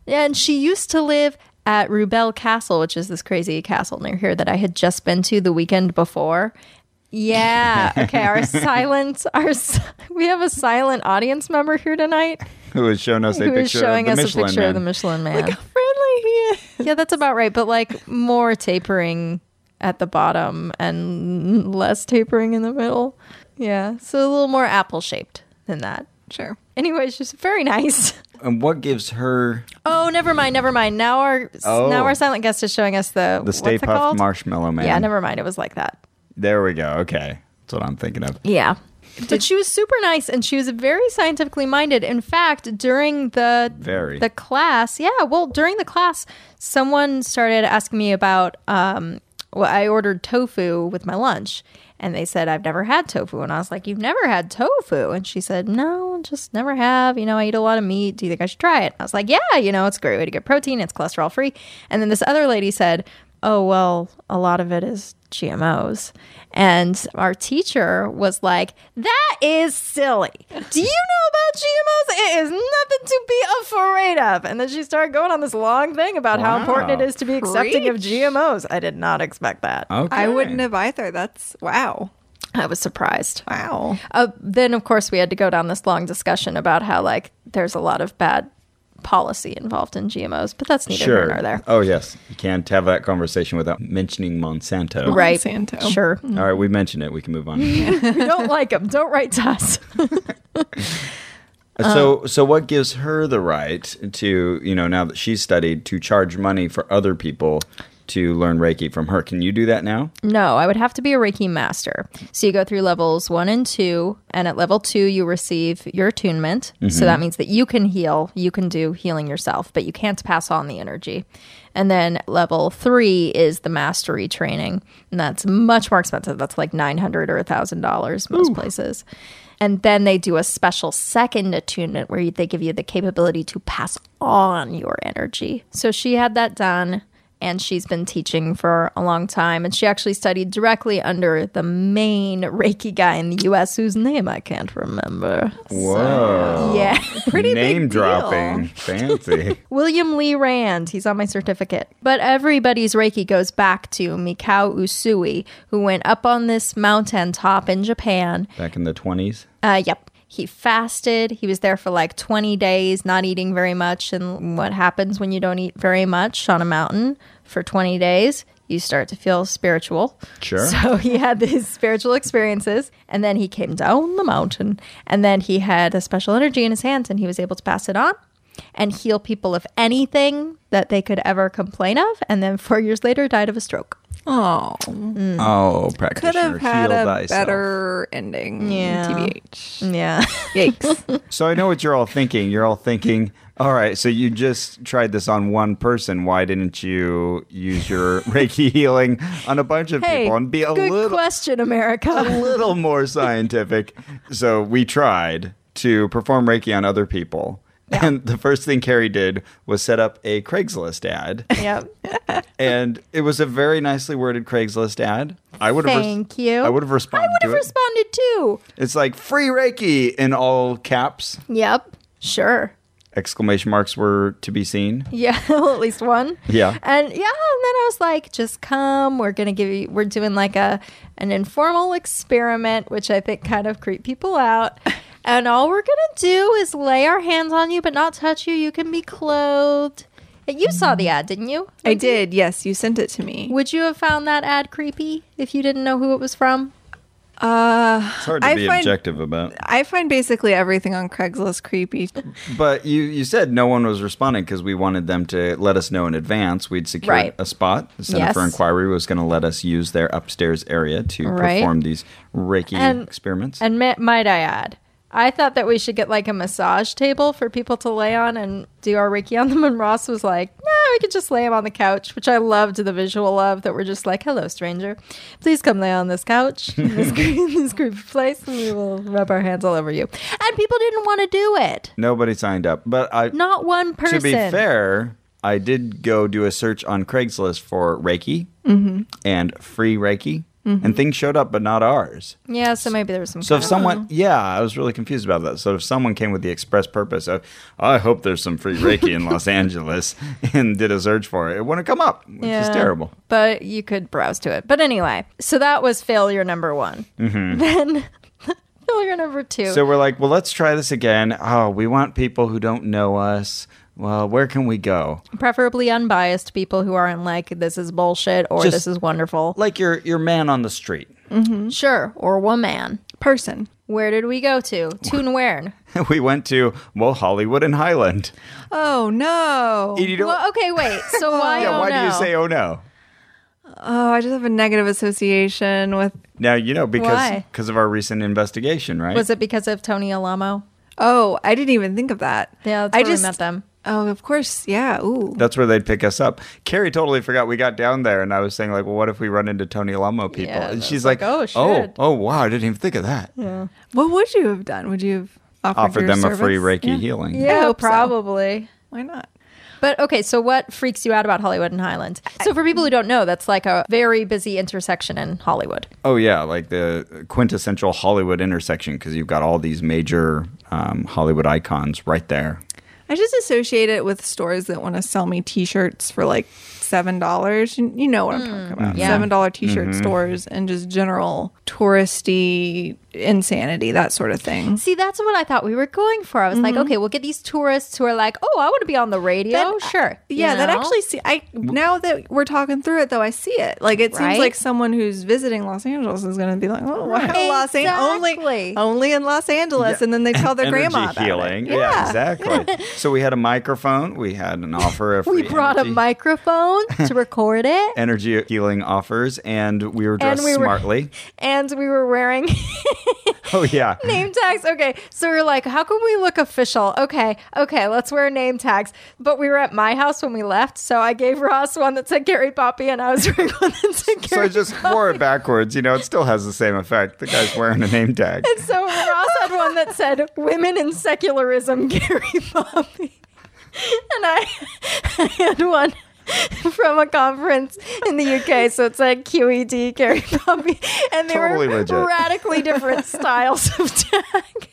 Speaker 2: And she used to live at Rubel Castle, which is this crazy castle near here that I had just been to the weekend before.
Speaker 1: <laughs>
Speaker 2: Yeah. Okay. Our silent, our si- we have a silent audience member here tonight
Speaker 1: <laughs> Who is showing us a
Speaker 2: who is
Speaker 1: picture
Speaker 2: showing
Speaker 1: of
Speaker 2: us
Speaker 1: the
Speaker 2: a
Speaker 1: Michelin
Speaker 2: picture
Speaker 1: Man.
Speaker 2: of the Michelin Man.
Speaker 3: <laughs> Friendly <laughs> he is.
Speaker 2: yeah, that's about right. But like more tapering at the bottom and less tapering in the middle. Yeah. So a little more apple shaped than that.
Speaker 3: Sure.
Speaker 2: Anyway, she's very nice.
Speaker 1: and what gives her
Speaker 2: <laughs> Oh, never mind, never mind. Now our
Speaker 1: Oh.
Speaker 2: now our silent guest is showing us the
Speaker 1: the Stay
Speaker 2: what's it
Speaker 1: Puffed
Speaker 2: called?
Speaker 1: Marshmallow Man?
Speaker 2: Yeah, never mind. It was like that.
Speaker 1: There we go. Okay. That's what I'm thinking of.
Speaker 2: Yeah. But she was super nice and she was very scientifically minded. In fact, during the
Speaker 1: Very.
Speaker 2: the class, yeah, well, during the class, someone started asking me about um well, I ordered tofu with my lunch and they said I've never had tofu and I was like, "You've never had tofu?" And she said, "No, just never have. You know, I eat a lot of meat. Do you think I should try it?" I was like, "Yeah, you know, it's a great way to get protein. It's cholesterol free." And then this other lady said, oh well a lot of it is gmos and our teacher was like that is silly do you know about gmos it is nothing to be afraid of and then she started going on this long thing about how
Speaker 1: Wow. Oh.
Speaker 2: important it is to be accepting of
Speaker 3: Preach.
Speaker 2: gmos i did not expect that
Speaker 1: Okay.
Speaker 3: I wouldn't have either. That's wow.
Speaker 2: i was surprised
Speaker 3: Wow.
Speaker 2: uh, then of course we had to go down this long discussion about how like there's a lot of bad policy involved in gmos but that's neither here
Speaker 1: Sure.
Speaker 2: nor there
Speaker 1: Oh yes. You can't have that conversation without mentioning Monsanto.
Speaker 2: right Uh,
Speaker 1: <laughs>
Speaker 3: Monsanto.
Speaker 2: sure
Speaker 1: All right, we mentioned it. We can move on.
Speaker 2: <laughs> we don't like them don't write to us
Speaker 1: so so what gives her the right to you know now that she's studied to charge money for other people to learn reiki from her can you do that now
Speaker 2: No, I would have to be a Reiki master. So you go through levels one and two, and at level two, you receive your attunement. So that means that you can heal, you can do healing yourself, but you can't pass on the energy. And then level three is the mastery training, and that's much more expensive. That's like nine hundred or thousand dollars most places. And then they do a special second attunement where you- they give you the capability to pass on your energy. So she had that done and she's been teaching for a long time. And she actually studied directly under the main Reiki guy in the US, whose name I can't remember.
Speaker 1: whoa
Speaker 2: Yeah. <laughs>
Speaker 1: pretty name
Speaker 3: big deal.
Speaker 1: dropping fancy
Speaker 2: William Lee Rand. He's on my certificate. But everybody's Reiki goes back to Mikao Usui, who went up on this mountain top in Japan
Speaker 1: back in the 20s
Speaker 2: Uh, yep. He fasted. He was there for like 20 days, not eating very much. And what happens when you don't eat very much on a mountain for 20 days? You start to feel spiritual.
Speaker 1: Sure.
Speaker 2: <laughs> So he had these spiritual experiences. And then he came down the mountain. And then he had a special energy in his hands and he was able to pass it on and heal people of anything that they could ever complain of. And then four years later, died of a
Speaker 1: <laughs>
Speaker 2: stroke.
Speaker 3: Oh,
Speaker 1: oh
Speaker 3: could
Speaker 1: practitioner
Speaker 3: have had
Speaker 1: heal
Speaker 3: a
Speaker 1: thyself.
Speaker 3: better ending.
Speaker 2: Yeah. <laughs>
Speaker 3: Tbh.
Speaker 2: Yeah.
Speaker 3: Yikes.
Speaker 1: so i know what you're all thinking you're all thinking all right so you just tried this on one person why didn't you use your reiki healing on a bunch of
Speaker 2: Hey,
Speaker 1: people and be a
Speaker 2: good
Speaker 1: little
Speaker 2: question, America.
Speaker 1: a little more scientific. So we tried to perform Reiki on other people. And the first thing Carrie did was set up a Craigslist ad.
Speaker 2: <laughs> yep.
Speaker 1: and it was a very nicely worded Craigslist ad. I would have res-
Speaker 2: Thank you.
Speaker 1: I would have responded
Speaker 2: I
Speaker 1: to
Speaker 2: would have
Speaker 1: it.
Speaker 2: responded too.
Speaker 1: it's like free Reiki in all caps.
Speaker 2: Yep. Sure.
Speaker 1: Exclamation marks were to be seen.
Speaker 2: Yeah, <laughs> well, at least one.
Speaker 1: Yeah.
Speaker 2: And yeah, and then I was like, just come. We're gonna give you. We're doing like a an informal experiment, which I think kind of creep people
Speaker 1: <laughs>
Speaker 2: out. And all we're gonna do is lay our hands on you, but not touch you. You can be clothed. And You saw the ad, didn't you?
Speaker 3: I did. Yes, you sent it to me.
Speaker 2: Would you have found that ad creepy if you didn't know who it was from?
Speaker 3: Uh,
Speaker 1: It's hard to
Speaker 3: I
Speaker 1: be
Speaker 3: find-
Speaker 1: objective about.
Speaker 3: I find basically everything on Craigslist creepy.
Speaker 1: But you, you said no one was responding because we wanted them to let us know in advance. We'd secured
Speaker 2: Right.
Speaker 1: a spot. The Center for
Speaker 2: Yes.
Speaker 1: Inquiry was going to let us use their upstairs area to
Speaker 2: Right.
Speaker 1: perform these Reiki
Speaker 2: And-
Speaker 1: experiments.
Speaker 2: And ma- might I add, I thought that we should get like a massage table for people to lay on and do our Reiki on them. <laughs> And Ross was like, no, we could just lay them on the couch, which I loved the visual of that we're just like, hello, stranger. Please come lay on this couch <laughs> in this, in this creepy place and we will rub our hands all over you. And people didn't want to do it.
Speaker 1: Nobody signed up. But I,
Speaker 2: Not one person.
Speaker 1: to be fair, I did go do a search on Craigslist for Reiki
Speaker 2: Mm-hmm.
Speaker 1: and free Reiki, and things showed up, but not ours.
Speaker 2: Yeah, so maybe there was some.
Speaker 1: So if
Speaker 2: kind of-
Speaker 1: someone, yeah, I was really confused about that. So if someone came with the express purpose of, "Oh, I hope there's some free Reiki in
Speaker 2: <laughs>
Speaker 1: Los Angeles, and did a search for it, it wouldn't come up, which is
Speaker 2: Yeah.
Speaker 1: terrible.
Speaker 2: But you could browse to it. But anyway, so that was failure number one.
Speaker 1: Mm-hmm.
Speaker 2: <laughs> Then failure number two.
Speaker 1: So we're like, well, let's try this again. Oh, we want people who don't know us. Well, where can we go?
Speaker 2: preferably unbiased people who aren't like this is bullshit or
Speaker 1: Just- Mm-hmm.
Speaker 2: this is wonderful.
Speaker 1: Like your your man on the street. <laughs>
Speaker 2: Sure, or woman.
Speaker 3: Person.
Speaker 2: Where did we go to? Toon Wern.
Speaker 1: we went to well Hollywood and Highland.
Speaker 3: Oh no.
Speaker 1: And you don't-
Speaker 2: Well, okay, wait.
Speaker 1: <laughs>
Speaker 2: So why?
Speaker 1: yeah,
Speaker 2: oh,
Speaker 1: why
Speaker 2: no?
Speaker 1: do you say oh no?
Speaker 3: Oh, I just have a negative association with.
Speaker 1: Now you know because
Speaker 2: Why?
Speaker 1: because of our recent investigation, right?
Speaker 2: Was it because of Tony Alamo?
Speaker 3: Oh, I didn't even think of that.
Speaker 2: Yeah, that's
Speaker 3: I
Speaker 2: where we
Speaker 3: just
Speaker 2: met them.
Speaker 3: Oh, of course. Yeah. Ooh.
Speaker 1: That's where they'd pick us up. Carrie totally forgot we got down there, and I was saying like, well, what if we run into Tony Alamo people?
Speaker 2: Yeah,
Speaker 1: and
Speaker 2: I
Speaker 1: she's
Speaker 2: was
Speaker 1: like,
Speaker 2: like,
Speaker 1: oh,
Speaker 2: "Oh,
Speaker 1: oh,
Speaker 2: shit."
Speaker 1: oh, wow, I didn't even think of that.
Speaker 3: What would you have done? Would you have offered,
Speaker 1: Offered
Speaker 3: your
Speaker 1: them a
Speaker 3: service?
Speaker 1: free Reiki healing.
Speaker 3: I hope so.
Speaker 2: probably.
Speaker 3: Why not?
Speaker 2: But okay, so what freaks you out about Hollywood and Highland? So for people who don't know, that's like a very busy intersection in Hollywood.
Speaker 1: Oh yeah, like the quintessential Hollywood intersection because you've got all these major um, Hollywood icons right there.
Speaker 3: I just associate it with stores that want to sell me T-shirts for like seven dollars. You you know what I'm talking about?
Speaker 2: Hmm. yeah.
Speaker 3: Seven dollar T-shirt
Speaker 1: Mm-hmm.
Speaker 3: stores and just general touristy insanity, that sort of thing.
Speaker 2: See, that's what I thought we were going for. I was like, okay, we'll get these tourists who are like, oh, I want to be on the radio. sure.
Speaker 3: Yeah,
Speaker 2: You
Speaker 3: that
Speaker 2: know?
Speaker 3: actually see. I now that we're talking through it, though, I see it. Like it seems
Speaker 2: Right?
Speaker 3: like someone who's visiting Los Angeles is going to be like, "Oh, wow, Los Angeles, only
Speaker 2: Exactly.
Speaker 3: only in Los Angeles," and then they tell
Speaker 1: <laughs>
Speaker 3: their
Speaker 1: energy
Speaker 3: grandma about
Speaker 1: healing.
Speaker 3: It.
Speaker 1: Yeah, exactly. so we had a microphone. We had an offer of
Speaker 2: We
Speaker 1: free
Speaker 2: brought
Speaker 1: energy,
Speaker 2: a microphone
Speaker 1: <laughs>
Speaker 2: to record it,
Speaker 1: energy healing offers, and we were dressed
Speaker 2: And we were-
Speaker 1: smartly.
Speaker 2: and we were wearing <laughs>
Speaker 1: Oh yeah.
Speaker 2: name tags. Okay, so we we're like, how can we look official? Okay, okay, let's wear name tags. But we were at my house when we left, so I gave Ross one that said Gary Poppy, and I was wearing <laughs> one that said
Speaker 1: So I
Speaker 2: Gary.
Speaker 1: just wore it backwards. You know, it still has the same effect. The guy's wearing a name tag.
Speaker 2: so Ross had one that said "Women in Secularism," <laughs> Gary Poppy, and I, <laughs> I had one. From a conference in the UK, so it's like QED, Gary Poppy, and they
Speaker 1: Totally
Speaker 2: were
Speaker 1: legit. <laughs>
Speaker 2: radically different styles of tag.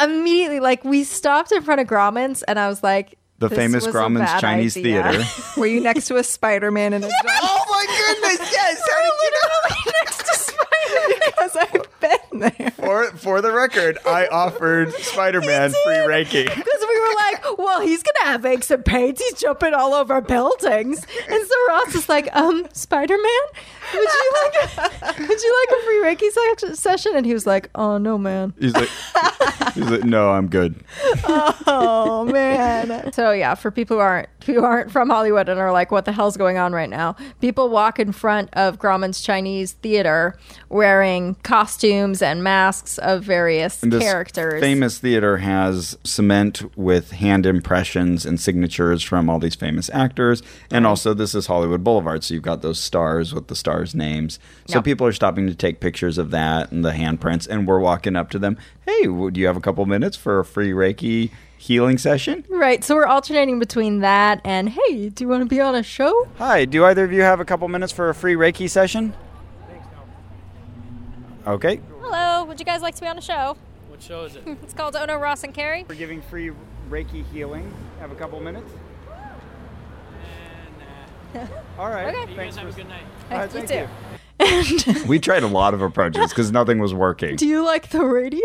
Speaker 2: Immediately, like we stopped in front of Grauman's, and I was like,
Speaker 1: The
Speaker 2: "This
Speaker 1: famous
Speaker 2: was a
Speaker 1: Grauman's
Speaker 2: bad
Speaker 1: Chinese
Speaker 2: idea." <laughs>
Speaker 1: Theater.
Speaker 3: Were you next to a Spider Man and a
Speaker 1: oh my goodness! Yes. How did you know?
Speaker 3: next
Speaker 1: <laughs>
Speaker 3: to Spider Because I've been there.
Speaker 1: For, for the record, I offered Spider-Man free
Speaker 2: <laughs>
Speaker 1: Reiki.
Speaker 2: Because we were like, well, he's going to have aches and pains. He's jumping all over buildings. And so Ross is like, um, Spider Man, would you like a, would you like a free Reiki se- session? And he was like, oh, no, man.
Speaker 1: He's like, he's like, no, I'm good.
Speaker 2: <laughs> Oh, man. so, yeah, for people who aren't, who aren't from Hollywood and are like, what the hell's going on right now? People walk in front of Grauman's Chinese theater wearing costumes and masks of various
Speaker 1: This
Speaker 2: characters.
Speaker 1: Famous theater has cement with hand impressions and signatures from all these famous actors. And also, this is Hollywood Boulevard. So you've got those stars with the stars' names. So
Speaker 2: Yep.
Speaker 1: people are stopping to take pictures of that and the handprints. And we're walking up to them. Hey, w- do you have a couple minutes for a free Reiki healing session?
Speaker 2: Right, so we're alternating between that and hey, do you want to be on a show?
Speaker 1: Hi, do either of you have a couple minutes for a free Reiki session? Okay.
Speaker 2: Hello, would you guys like to be on a show?
Speaker 5: What show is it?
Speaker 2: It's called Ono Ross and Carrie.
Speaker 1: We're giving free Reiki healing. Have a couple minutes? All right.
Speaker 2: Okay.
Speaker 5: you guys have a good night.
Speaker 2: you too.
Speaker 1: We tried a lot of approaches because nothing was working.
Speaker 2: <laughs> Do you like the <laughs> radio?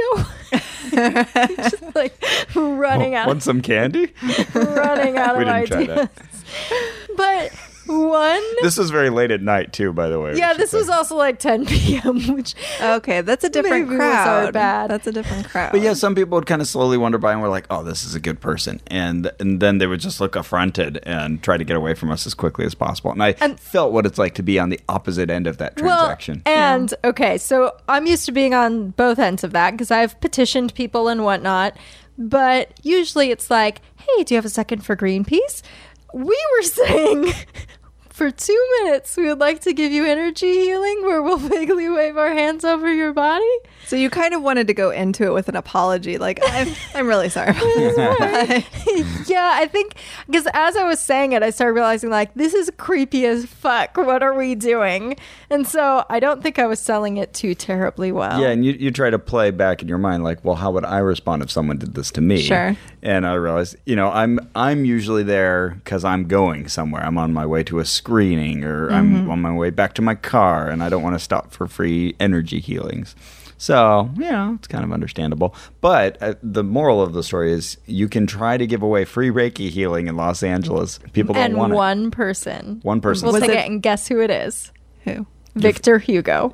Speaker 2: Just like running out, <laughs>
Speaker 1: Want some candy?
Speaker 2: running out
Speaker 1: <laughs> We
Speaker 2: of
Speaker 1: didn't try
Speaker 2: ideas.
Speaker 1: that.
Speaker 2: But One.
Speaker 1: This was very late at night too, by the way. we
Speaker 2: Yeah,
Speaker 1: should
Speaker 2: this
Speaker 1: say.
Speaker 2: was also like 10 p.m., which
Speaker 3: Okay, that's a different
Speaker 2: Maybe those are
Speaker 3: crowd.
Speaker 2: bad.
Speaker 3: That's a different crowd.
Speaker 1: But yeah, some people would kind of slowly wander by and were like, "Oh, this is a good person," and and then they would just look affronted and try to get away from us as quickly as possible. And I felt what it's like to be on the opposite end of that transaction.
Speaker 2: Well, and okay, so I'm used to being on both ends of that because I've petitioned people and whatnot. But usually it's like, hey, do you have a second for Greenpeace? We were <laughs> saying for two minutes we would like to give you energy healing where we'll vaguely wave our hands over your body.
Speaker 3: So you kind of wanted to go into it with an apology, like I'm, I'm really
Speaker 2: <laughs>
Speaker 3: sorry. About <laughs> this.
Speaker 2: yeah, I think because as I was saying it, I started realizing like this is creepy as fuck. What are we doing? And so I don't think I was selling it too terribly well.
Speaker 1: yeah, and you, you try to play back in your mind like, well, how would I respond if someone did this to me?
Speaker 3: Sure.
Speaker 1: And I realized, you know, I'm I'm usually there because I'm going somewhere. I'm on my way to a screening, or
Speaker 3: Mm-hmm.
Speaker 1: I'm on my way back to my car, and I don't want to stop for free energy healings. So yeah, it's kind of understandable. But uh, the moral of the story is you can try to give away free Reiki healing in Los Angeles. People don't
Speaker 2: and
Speaker 1: want it.
Speaker 2: one person.
Speaker 1: One person.
Speaker 2: will
Speaker 1: Was
Speaker 2: take
Speaker 3: it-
Speaker 2: it and guess who it is?
Speaker 3: Who?
Speaker 2: Victor <laughs> Hugo.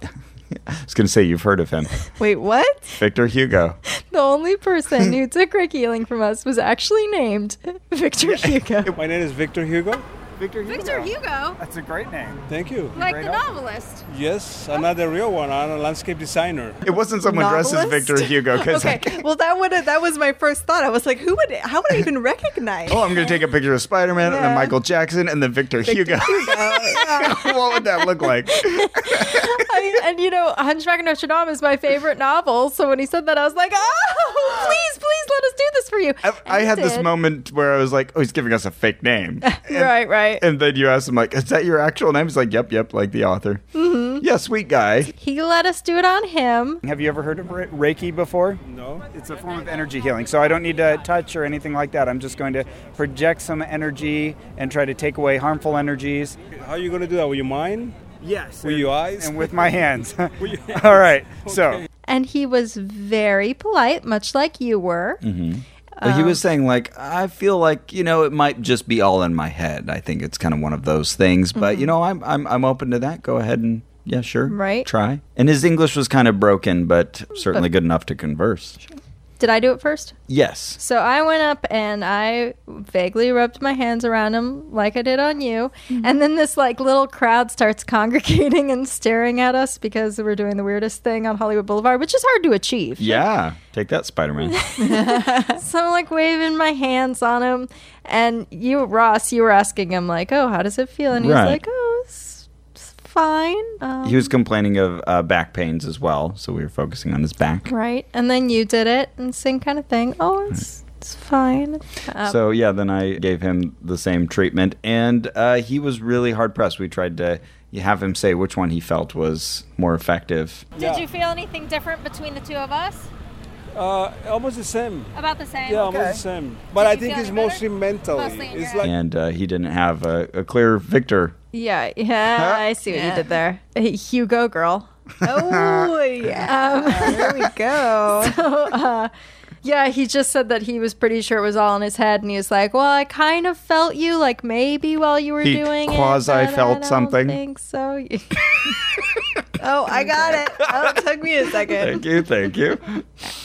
Speaker 1: I was going to say you've heard of
Speaker 3: <laughs>
Speaker 1: him,
Speaker 3: Wait, what?
Speaker 1: Victor Hugo.
Speaker 2: The only person <laughs> who took Rick Healing from us was actually named <laughs> Victor Hugo.
Speaker 5: My name is Victor Hugo. Victor Hugo.
Speaker 2: Hugo,
Speaker 5: That's a great name. Thank you.
Speaker 2: <laughs> novelist.
Speaker 5: Yes, I'm not a real one. I'm a landscape designer.
Speaker 1: It wasn't someone dressed as
Speaker 3: Novelist?
Speaker 1: Victor Hugo because
Speaker 3: <laughs> Okay, well that would that was my first thought. I was like, who would how would I even recognize?
Speaker 1: oh, I'm going to take a picture of Spider Man and then
Speaker 3: Yeah.
Speaker 1: Michael Jackson and then Victor, Hugo. <laughs> what would that look like?
Speaker 2: <laughs> I, and you know, Hunchback of Notre Dame is my favorite novel. So when he said that, I was like, <gasps> oh, please, please let us do this for you.
Speaker 1: I, I
Speaker 2: And he
Speaker 1: had this
Speaker 2: did.
Speaker 1: moment where I was like, oh, he's giving us a fake <laughs> name.
Speaker 2: Right, right.
Speaker 1: And then you asked him, like, is that your actual name? He's like, yep, yep, like the author. Mm-hmm. Yeah, sweet guy.
Speaker 2: he let us do it on him.
Speaker 6: Have you ever heard of Re- Reiki before?
Speaker 5: No.
Speaker 6: It's a form of energy healing. So I don't need to touch or anything like that. I'm just going to project some energy and try to take away harmful energies.
Speaker 5: How are you going to do that? With your mind?
Speaker 6: Yes.
Speaker 5: With your eyes?
Speaker 6: And with my
Speaker 1: <laughs>
Speaker 6: hands.
Speaker 5: With your
Speaker 6: All right. So
Speaker 5: Okay.
Speaker 2: And he was very polite, much like you were.
Speaker 1: But he was
Speaker 2: Um,
Speaker 1: saying, like, I feel like, you know, it might just be all in my head. I think it's kind of one of those things. But, you know, I'm, I'm, I'm open to that. Go ahead and, yeah, sure.
Speaker 2: Mm-hmm. Right.
Speaker 1: Try. And his English was kind of broken, but certainly good enough to converse.
Speaker 2: Did I do it first?
Speaker 1: Yes.
Speaker 2: So I went up and I vaguely rubbed my hands around him like I did on you. And then this like little crowd starts congregating <laughs> and staring at us because we're doing the weirdest thing on Hollywood Boulevard, which is hard to achieve.
Speaker 1: Yeah. Take that, Spider
Speaker 2: <laughs>
Speaker 1: Man.
Speaker 2: So I'm like waving my hands on him. And you, Ross, you were asking him like, oh, how does it feel? And he
Speaker 1: Right.
Speaker 2: was like, oh, it's, it's fine. Um,
Speaker 1: he was complaining of uh, back pains as well. So we were focusing on his back.
Speaker 2: right. And then you did it and same kind of thing. Oh, it's, it's fine. Uh,
Speaker 1: So yeah, then I gave him the same treatment, and uh, he was really hard pressed. We tried to have him say which one he felt was more effective.
Speaker 5: <laughs> Yeah.
Speaker 7: feel anything different between the two of us?
Speaker 5: Uh, almost the same.
Speaker 7: About the same?
Speaker 5: Yeah, almost the same. But I
Speaker 7: you
Speaker 5: think
Speaker 7: feel
Speaker 5: it's
Speaker 7: any better?
Speaker 5: mostly mentally.
Speaker 7: Mostly in
Speaker 5: it's
Speaker 7: your
Speaker 5: like
Speaker 1: And uh, he didn't have a, a clear victor.
Speaker 2: yeah. Yeah. I see what you did there. Hey, Hugo girl.
Speaker 3: <laughs>
Speaker 2: Um,
Speaker 3: Oh yeah,
Speaker 2: <laughs>
Speaker 3: <laughs> there we go.
Speaker 2: uh, Yeah, he just said that he was pretty sure it was all in his head, and he was like, "Well, I kind of felt you, like maybe while you were
Speaker 1: He
Speaker 2: doing it,
Speaker 1: quasi-felt
Speaker 2: but I don't
Speaker 1: something.
Speaker 2: Think so? <laughs>
Speaker 3: Oh, I got it. Oh, it took me a second.
Speaker 1: Thank you, thank you.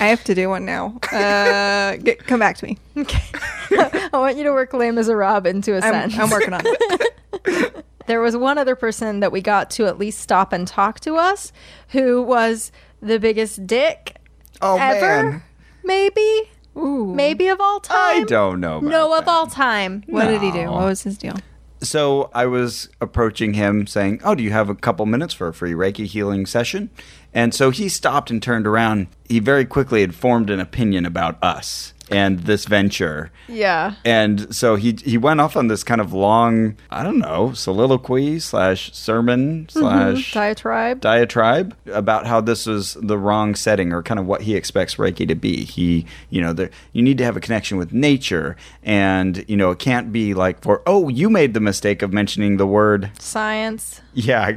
Speaker 3: I have to do one now. Uh, get, come back to me.
Speaker 2: <laughs> I want you to work lame as a rob into a
Speaker 3: I'm,
Speaker 2: sentence.
Speaker 3: I'm working on it.
Speaker 2: <laughs> there was one other person that we got to at least stop and talk to us, who was the biggest dick
Speaker 1: <laughs> Oh
Speaker 2: ever,
Speaker 1: man,
Speaker 2: maybe, maybe of all time.
Speaker 1: I don't know. About
Speaker 2: no, of
Speaker 1: that.
Speaker 2: all time.
Speaker 3: What did he do?
Speaker 1: No.
Speaker 3: What was his deal?
Speaker 1: So I was approaching him saying, Oh, do you have a couple minutes for a free Reiki healing session? And so he stopped and turned around. He very quickly had formed an opinion about us and this venture.
Speaker 2: Yeah.
Speaker 1: And so he he went off on this kind of long, I don't know, soliloquy slash sermon
Speaker 2: Mm-hmm.
Speaker 1: slash
Speaker 2: Diatribe.
Speaker 1: diatribe about how this was the wrong setting or kind of what he expects Reiki to be. He, you know, there you need to have a connection with nature, and you know, it can't be like for oh, you made the mistake of mentioning the word. <laughs>
Speaker 2: Science.
Speaker 1: Yeah,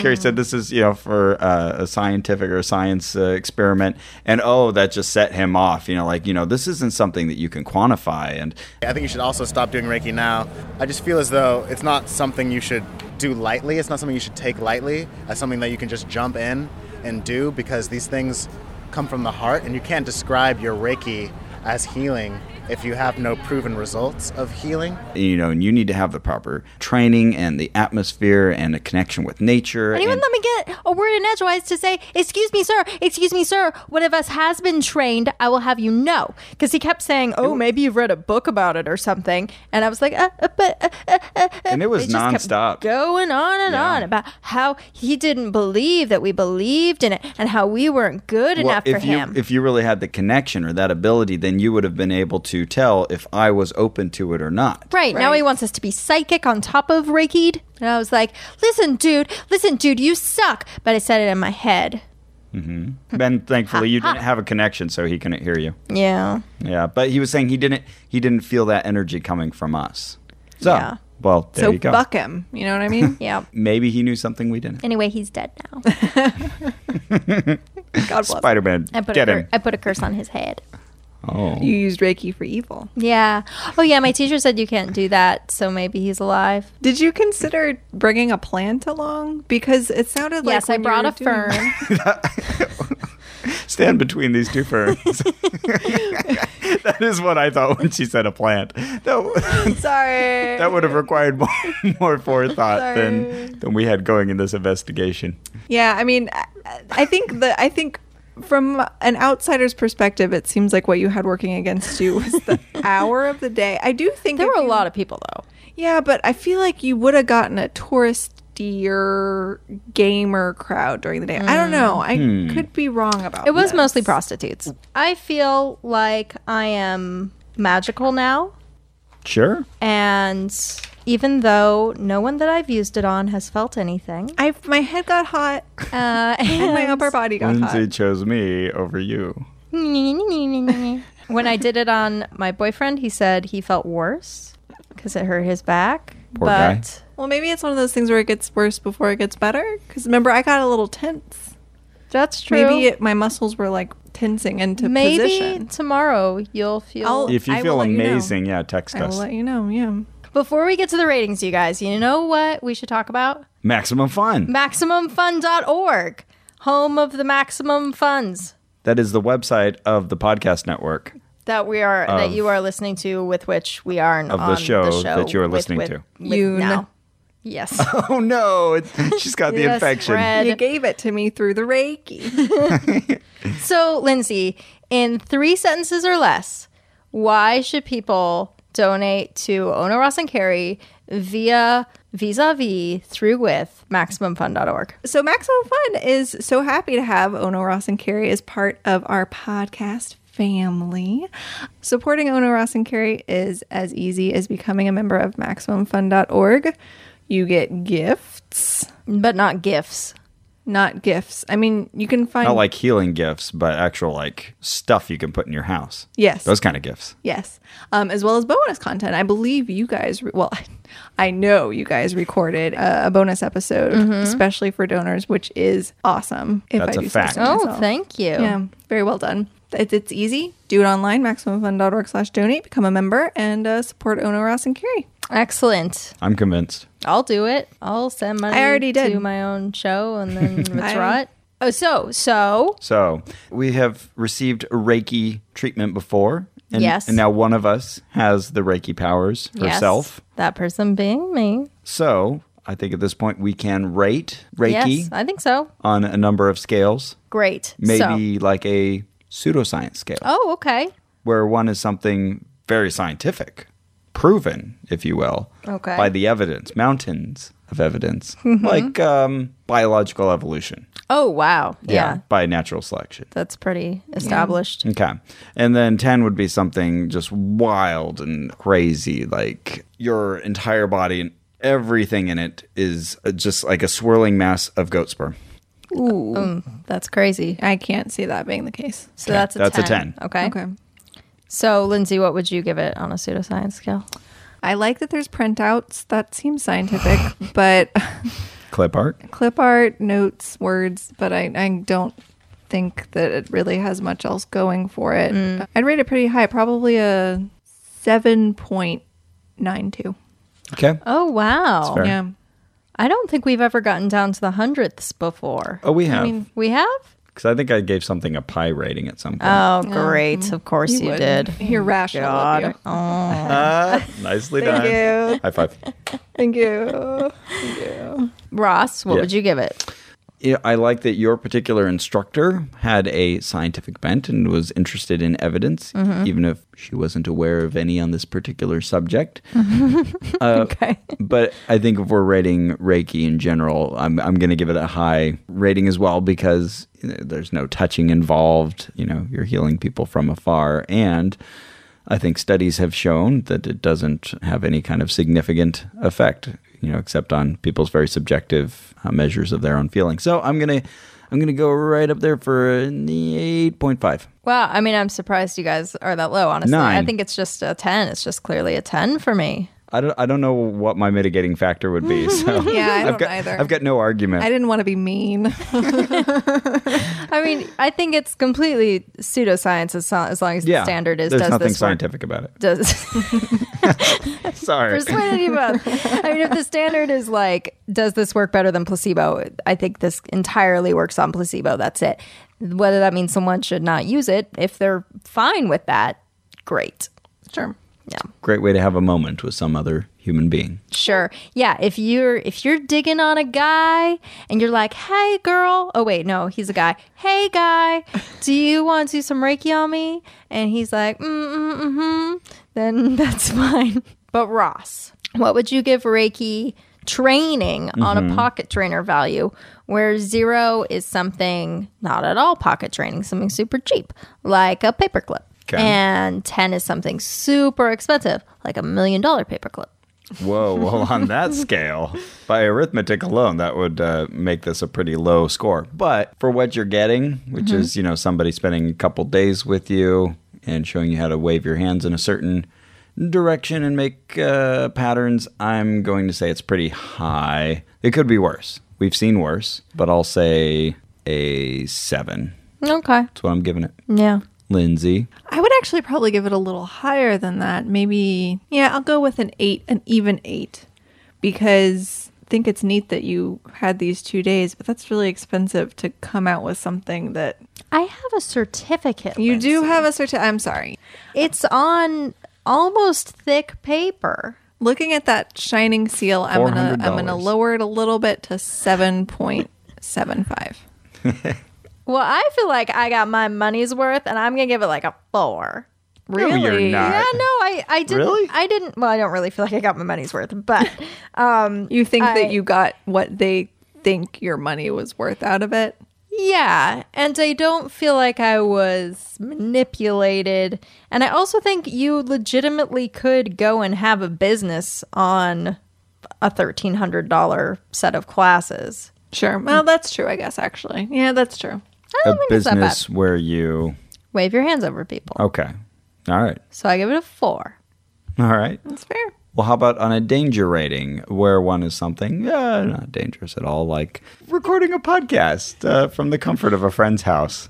Speaker 1: Carrie said this is you know for uh, a scientific or science uh, experiment, and oh, that just set him off. You know, like you know, this isn't something that you can quantify, and
Speaker 8: I think you should also stop doing Reiki now. I just feel as though it's not something you should do lightly. It's not something you should take lightly as something that you can just jump in and do because these things come from the heart and you can't describe your Reiki as healing if you have no proven results of healing.
Speaker 1: you know, and you need to have the proper training and the atmosphere and a connection with nature.
Speaker 2: And even
Speaker 1: and-
Speaker 2: let me get a word in edgewise to say, Excuse me, sir, excuse me, sir, one of us has been trained. I will have you know. Because he kept saying, Oh, maybe you've read a book about it or something. And I was like, uh, uh, but, uh, uh, uh, uh."
Speaker 1: And it was
Speaker 2: They just kept
Speaker 1: nonstop.
Speaker 2: Going on and on about how he didn't believe that we believed in it and how we weren't good enough for
Speaker 1: if you,
Speaker 2: him.
Speaker 1: If you really had the connection or that ability, then you would have been able to tell if I was open to it or not.
Speaker 2: Right, now he wants us to be psychic on top of Reiki'd. And I was like, listen, dude, listen, dude, you suck. But I said it in my head.
Speaker 1: Ben, thankfully, you didn't have a connection, so he couldn't hear you.
Speaker 2: Yeah.
Speaker 1: Yeah, but he was saying he didn't. He didn't feel that energy coming from us. So,
Speaker 2: Yeah.
Speaker 1: well, there
Speaker 3: so
Speaker 1: you go.
Speaker 3: buck him. You know what
Speaker 1: <laughs>
Speaker 3: I mean?
Speaker 2: Yeah.
Speaker 1: Maybe he knew something we didn't.
Speaker 2: Anyway, he's dead now.
Speaker 3: God bless.
Speaker 1: Spider Man,
Speaker 2: I put, a
Speaker 1: get
Speaker 2: cur-
Speaker 1: him.
Speaker 2: I put a curse on his head. <laughs>
Speaker 1: Oh,
Speaker 3: You used Reiki for evil.
Speaker 2: Yeah. Oh, yeah. My teacher said you can't do that, so maybe he's <laughs> alive.
Speaker 3: Did you consider bringing a plant along? Because it sounded like
Speaker 2: yes, I
Speaker 3: when you
Speaker 2: brought
Speaker 3: were
Speaker 2: a
Speaker 3: doing-
Speaker 2: fern.
Speaker 1: <laughs> stand between these two
Speaker 2: <laughs>
Speaker 1: ferns. <laughs> that is what I thought when she said a plant.
Speaker 2: <laughs>
Speaker 1: That,
Speaker 3: Sorry.
Speaker 1: that would have required more, <laughs> more forethought than than we had going in this investigation.
Speaker 3: Yeah, I mean, I- I think the I think from an outsider's perspective, it seems like what you had working against you was <laughs> the hour of the day. I do think
Speaker 2: there
Speaker 3: if
Speaker 2: were a
Speaker 3: you-
Speaker 2: lot of people, though.
Speaker 3: Yeah, but I feel like you would have gotten a touristier gamer crowd during the day. I don't know. I could be wrong about
Speaker 2: It was
Speaker 3: that.
Speaker 2: mostly prostitutes. I feel like I am magical now,
Speaker 1: Sure.
Speaker 2: and even though no one that I've used it on has felt <laughs> anything,
Speaker 3: I my head got hot
Speaker 2: uh,
Speaker 3: <laughs> and my upper body got
Speaker 1: Lindsay
Speaker 3: hot.
Speaker 1: chose me over you.
Speaker 2: when I did it on my boyfriend, he said he felt worse because it hurt his back.
Speaker 1: Poor guy.
Speaker 2: but
Speaker 3: Well, maybe it's one of those things where it gets worse before it gets better. Because remember, I got a little tense.
Speaker 2: that's true.
Speaker 3: Maybe it, my muscles were like tensing into
Speaker 2: Maybe
Speaker 3: position.
Speaker 2: tomorrow you'll feel.
Speaker 3: I'll-
Speaker 1: If you
Speaker 3: I will
Speaker 1: feel
Speaker 3: let you know.
Speaker 1: amazing, yeah, text
Speaker 3: I will
Speaker 1: us.
Speaker 3: let you know. Yeah.
Speaker 2: Before we get to the ratings, you guys, you know what we should talk about?
Speaker 1: Maximum fun.
Speaker 2: MaximumFun.org, home of the maximum funds
Speaker 1: that is the website of the podcast
Speaker 3: <laughs>
Speaker 1: network
Speaker 2: that we are that you are listening to, with which we are
Speaker 1: of
Speaker 2: on
Speaker 1: the show,
Speaker 2: the show
Speaker 1: that you are
Speaker 2: with-
Speaker 1: listening
Speaker 2: with-
Speaker 1: to.
Speaker 2: with
Speaker 3: You
Speaker 2: now.
Speaker 3: know.
Speaker 1: <laughs>
Speaker 2: Yes.
Speaker 1: Oh no, it's, she's got the
Speaker 2: Yes,
Speaker 1: infection.
Speaker 2: Fred.
Speaker 3: You gave it to me through the Reiki.
Speaker 2: so, Lindsay, in three sentences or less, why should people donate to Ona Ross and Carrie via vis-a-vis through with MaximumFun.org?
Speaker 3: So Maximum Fun is so happy to have Ono Ross and Carrie as part of our podcast family. Supporting Ono Ross and Carrie is as easy as becoming a member of MaximumFun.org. You get gifts,
Speaker 2: But not gifts.
Speaker 3: not gifts. I mean, you can find
Speaker 1: Not like healing gifts, but actual like stuff you can put in your house.
Speaker 3: yes,
Speaker 1: Those kind of gifts.
Speaker 3: yes, um, as well as bonus content. I believe you guys. Re- well, <laughs> I know you guys recorded a, a bonus episode, especially for donors, which is awesome. If
Speaker 1: That's
Speaker 3: I
Speaker 1: a
Speaker 3: do say so
Speaker 1: fact.
Speaker 2: Oh,
Speaker 3: myself.
Speaker 2: thank you.
Speaker 3: Yeah, very well done. It's, it's easy. Do it online, maximumfund.org slash donate, become a member, and uh, support Ono, Ross, and Carrie.
Speaker 2: Excellent.
Speaker 1: I'm convinced.
Speaker 2: I'll do it. I'll send money
Speaker 3: I already did.
Speaker 2: to my own show and
Speaker 3: <laughs>
Speaker 2: then it's
Speaker 3: I-
Speaker 2: right. Oh, so, so
Speaker 1: So we have received Reiki treatment before. And,
Speaker 2: Yes.
Speaker 1: And now one of us has the Reiki powers
Speaker 2: yes,
Speaker 1: herself.
Speaker 2: that person being me.
Speaker 1: So I think at this point we can rate Reiki
Speaker 2: Yes, I think so.
Speaker 1: on a number of scales,
Speaker 2: Great. So,
Speaker 1: maybe like a pseudoscience scale,
Speaker 2: oh, okay.
Speaker 1: where one is something very scientific, proven, if you will,
Speaker 2: Okay. Mm-hmm.
Speaker 1: by the evidence, mountains of evidence, like um, biological evolution.
Speaker 2: Oh, wow. Yeah.
Speaker 1: By natural selection.
Speaker 2: That's pretty established.
Speaker 1: Okay. And then 10 would be something just wild and crazy, like your entire body and everything in it is just like a swirling mass of goat sperm.
Speaker 3: Ooh.
Speaker 2: That's crazy.
Speaker 3: I can't see that being the case.
Speaker 2: So that's a
Speaker 1: That's a 10.
Speaker 2: 10. Okay.
Speaker 3: Okay.
Speaker 2: So, Lindsay, what would you give it on a pseudoscience scale? <laughs>
Speaker 3: I like that there's printouts. That seems scientific, but
Speaker 1: clip art?
Speaker 3: clip art, notes, words, but I, I don't think that it really has much else going for it.
Speaker 2: Mm.
Speaker 3: I'd rate it pretty high, probably a 7.92.
Speaker 1: Okay.
Speaker 2: Oh wow!
Speaker 1: fair.
Speaker 3: Yeah.
Speaker 2: I don't think we've ever gotten down to the hundredths before.
Speaker 1: Oh, we have.
Speaker 2: We have?
Speaker 1: Because I think I gave something a pie rating at some point.
Speaker 2: Oh, great! Of course you,
Speaker 3: would.
Speaker 2: did.
Speaker 3: You're rational.
Speaker 2: <laughs>
Speaker 3: of you.
Speaker 2: Oh.
Speaker 1: Ah, Nicely done. High five.
Speaker 3: Thank you.
Speaker 2: Ross, what
Speaker 1: Yeah.
Speaker 2: would you give it?
Speaker 1: Yeah, I like that your particular instructor had a scientific bent and was interested in evidence, even if she wasn't aware of any on this particular subject.
Speaker 2: <laughs> okay.
Speaker 1: but I think if we're rating Reiki in general, I'm I'm going to give it a high rating as well because you know, there's no touching involved. You know, you're healing people from afar, and I think studies have shown that it doesn't have any kind of significant effect. You know, except on people's very subjective uh, measures of their own feelings. So I'm gonna I'm gonna go right up there for an eight point five.
Speaker 2: Wow. I mean, I'm surprised you guys are that low. Honestly, I
Speaker 1: Nine.
Speaker 2: think it's just a ten. It's just clearly a ten for me.
Speaker 1: I don't I don't know what my mitigating factor would be. So
Speaker 3: <laughs> Yeah, I
Speaker 1: <laughs>
Speaker 3: don't
Speaker 1: I've got
Speaker 3: either.
Speaker 1: I've got no argument.
Speaker 3: I didn't want to be mean.
Speaker 2: <laughs> I mean, I think it's completely pseudoscience as, so- as long as the standard is
Speaker 1: there's
Speaker 2: does
Speaker 1: nothing
Speaker 2: this work?
Speaker 1: scientific about it. <laughs>
Speaker 2: Does <laughs>
Speaker 1: Sorry.
Speaker 2: persuaded you both. I mean, if the standard is like, does this work better than placebo? I think this entirely works on placebo. That's it. Whether that means someone should not use it, if they're fine with that, great.
Speaker 3: sure.
Speaker 1: <laughs> Great way to have a moment with some other human being.
Speaker 2: Sure. Yeah. If you're if you're digging on a guy and you're like, hey girl, oh wait, no, he's a guy. Hey guy, do you want to do some Reiki on me? And he's like, mm mm mm then <laughs> that's fine. But Ross, what would you give Reiki training on a pocket trainer value where zero is something not at all pocket training, something super cheap, like a paperclip.
Speaker 1: Okay.
Speaker 2: And 10 is something super expensive, like a million dollar paperclip.
Speaker 1: Whoa, well, on
Speaker 2: <laughs>
Speaker 1: that scale, by arithmetic alone, that would uh, make this a pretty low score. But for what you're getting, which
Speaker 2: Mm-hmm.
Speaker 1: is, you know, somebody spending a couple days with you and showing you how to wave your hands in a certain direction and make uh, patterns, I'm going to say it's pretty high. It could be worse. We've seen worse, but I'll say a seven.
Speaker 2: Okay.
Speaker 1: That's what I'm giving it.
Speaker 2: Yeah.
Speaker 1: Lindsay.
Speaker 3: I would actually probably give it a little higher than that. Maybe, yeah, I'll go with an eight, an even eight, because I think it's neat that you had these two days, but that's really expensive to come out with something that
Speaker 2: I have a certificate.
Speaker 3: you
Speaker 2: Lindsay.
Speaker 3: do have a certain. I'm sorry.
Speaker 2: It's on almost thick paper.
Speaker 3: Looking at that shining seal, I'm gonna I'm gonna
Speaker 1: $400.
Speaker 3: lower it a little bit to seven point seven five.
Speaker 2: Well, I feel like I got my money's worth, and I'm gonna give it like a four.
Speaker 1: <laughs> Really? No, you're not.
Speaker 2: Yeah, no, I, I didn't.
Speaker 1: Really?
Speaker 2: I didn't. Well, I don't really feel like I got my money's worth, <laughs> but um,
Speaker 3: You think
Speaker 2: I-
Speaker 3: that you got what they think your money was worth out of it?
Speaker 2: yeah, and I don't feel like I was manipulated, and I also think you legitimately could go and have a business on a thirteen hundred dollar set of classes.
Speaker 3: Sure. Well, that's true. I guess actually, yeah, that's true.
Speaker 2: I
Speaker 1: a
Speaker 2: don't think it's that bad.
Speaker 1: business where you
Speaker 2: wave your hands over people.
Speaker 1: okay all right
Speaker 2: So I give it a four.
Speaker 1: all right
Speaker 3: That's fair.
Speaker 1: well how about on a danger rating where one is something uh, not dangerous at all like recording a podcast uh, from the comfort of a friend's house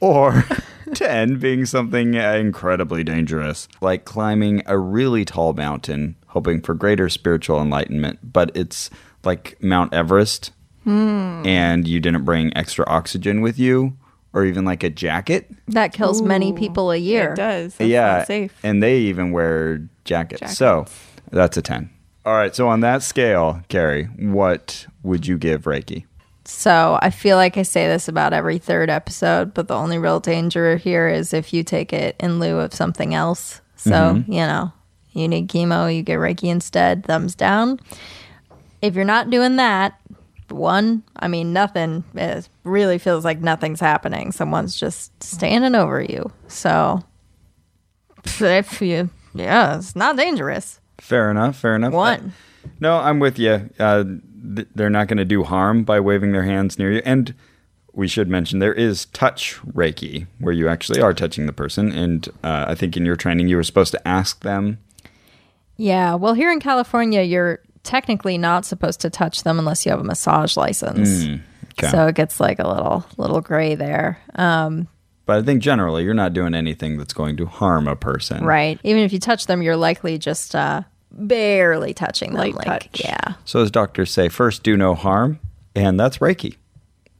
Speaker 1: or <laughs> 10 being something uh, incredibly dangerous like climbing a really tall mountain hoping for greater spiritual enlightenment but it's like mount everest and you didn't bring extra oxygen with you or even like a jacket
Speaker 2: That kills many people a year.
Speaker 3: It does. That's
Speaker 1: yeah,
Speaker 3: not safe.
Speaker 1: and they even wear jackets. So that's a ten. All right. So on that scale, Carrie, what would you give Reiki?
Speaker 2: So I feel like I say this about every third episode, but the only real danger here is if you take it in lieu of something else. So, you know, you need chemo, you get Reiki instead, thumbs down. If you're not doing that, one, I mean, nothing is, really feels like nothing's happening. Someone's just standing over you. So, if you, yeah, it's not dangerous.
Speaker 1: Fair enough. Fair enough.
Speaker 2: One.
Speaker 1: Uh, no, I'm with you. Uh, th- they're not going to do harm by waving their hands near you. And we should mention there is touch Reiki, where you actually are touching the person. And uh, I think in your training, you were supposed to ask them.
Speaker 2: Yeah. Well, here in California, you're technically not supposed to touch them unless you have a massage license.
Speaker 1: Mm, okay. Mm.
Speaker 2: So it gets like a little little gray there. Um,
Speaker 1: But I think generally you're not doing anything that's going to harm a person.
Speaker 2: right. Even if you touch them, you're likely just uh, barely touching them. like yeah.
Speaker 1: So as doctors say, first do no harm, and that's Reiki.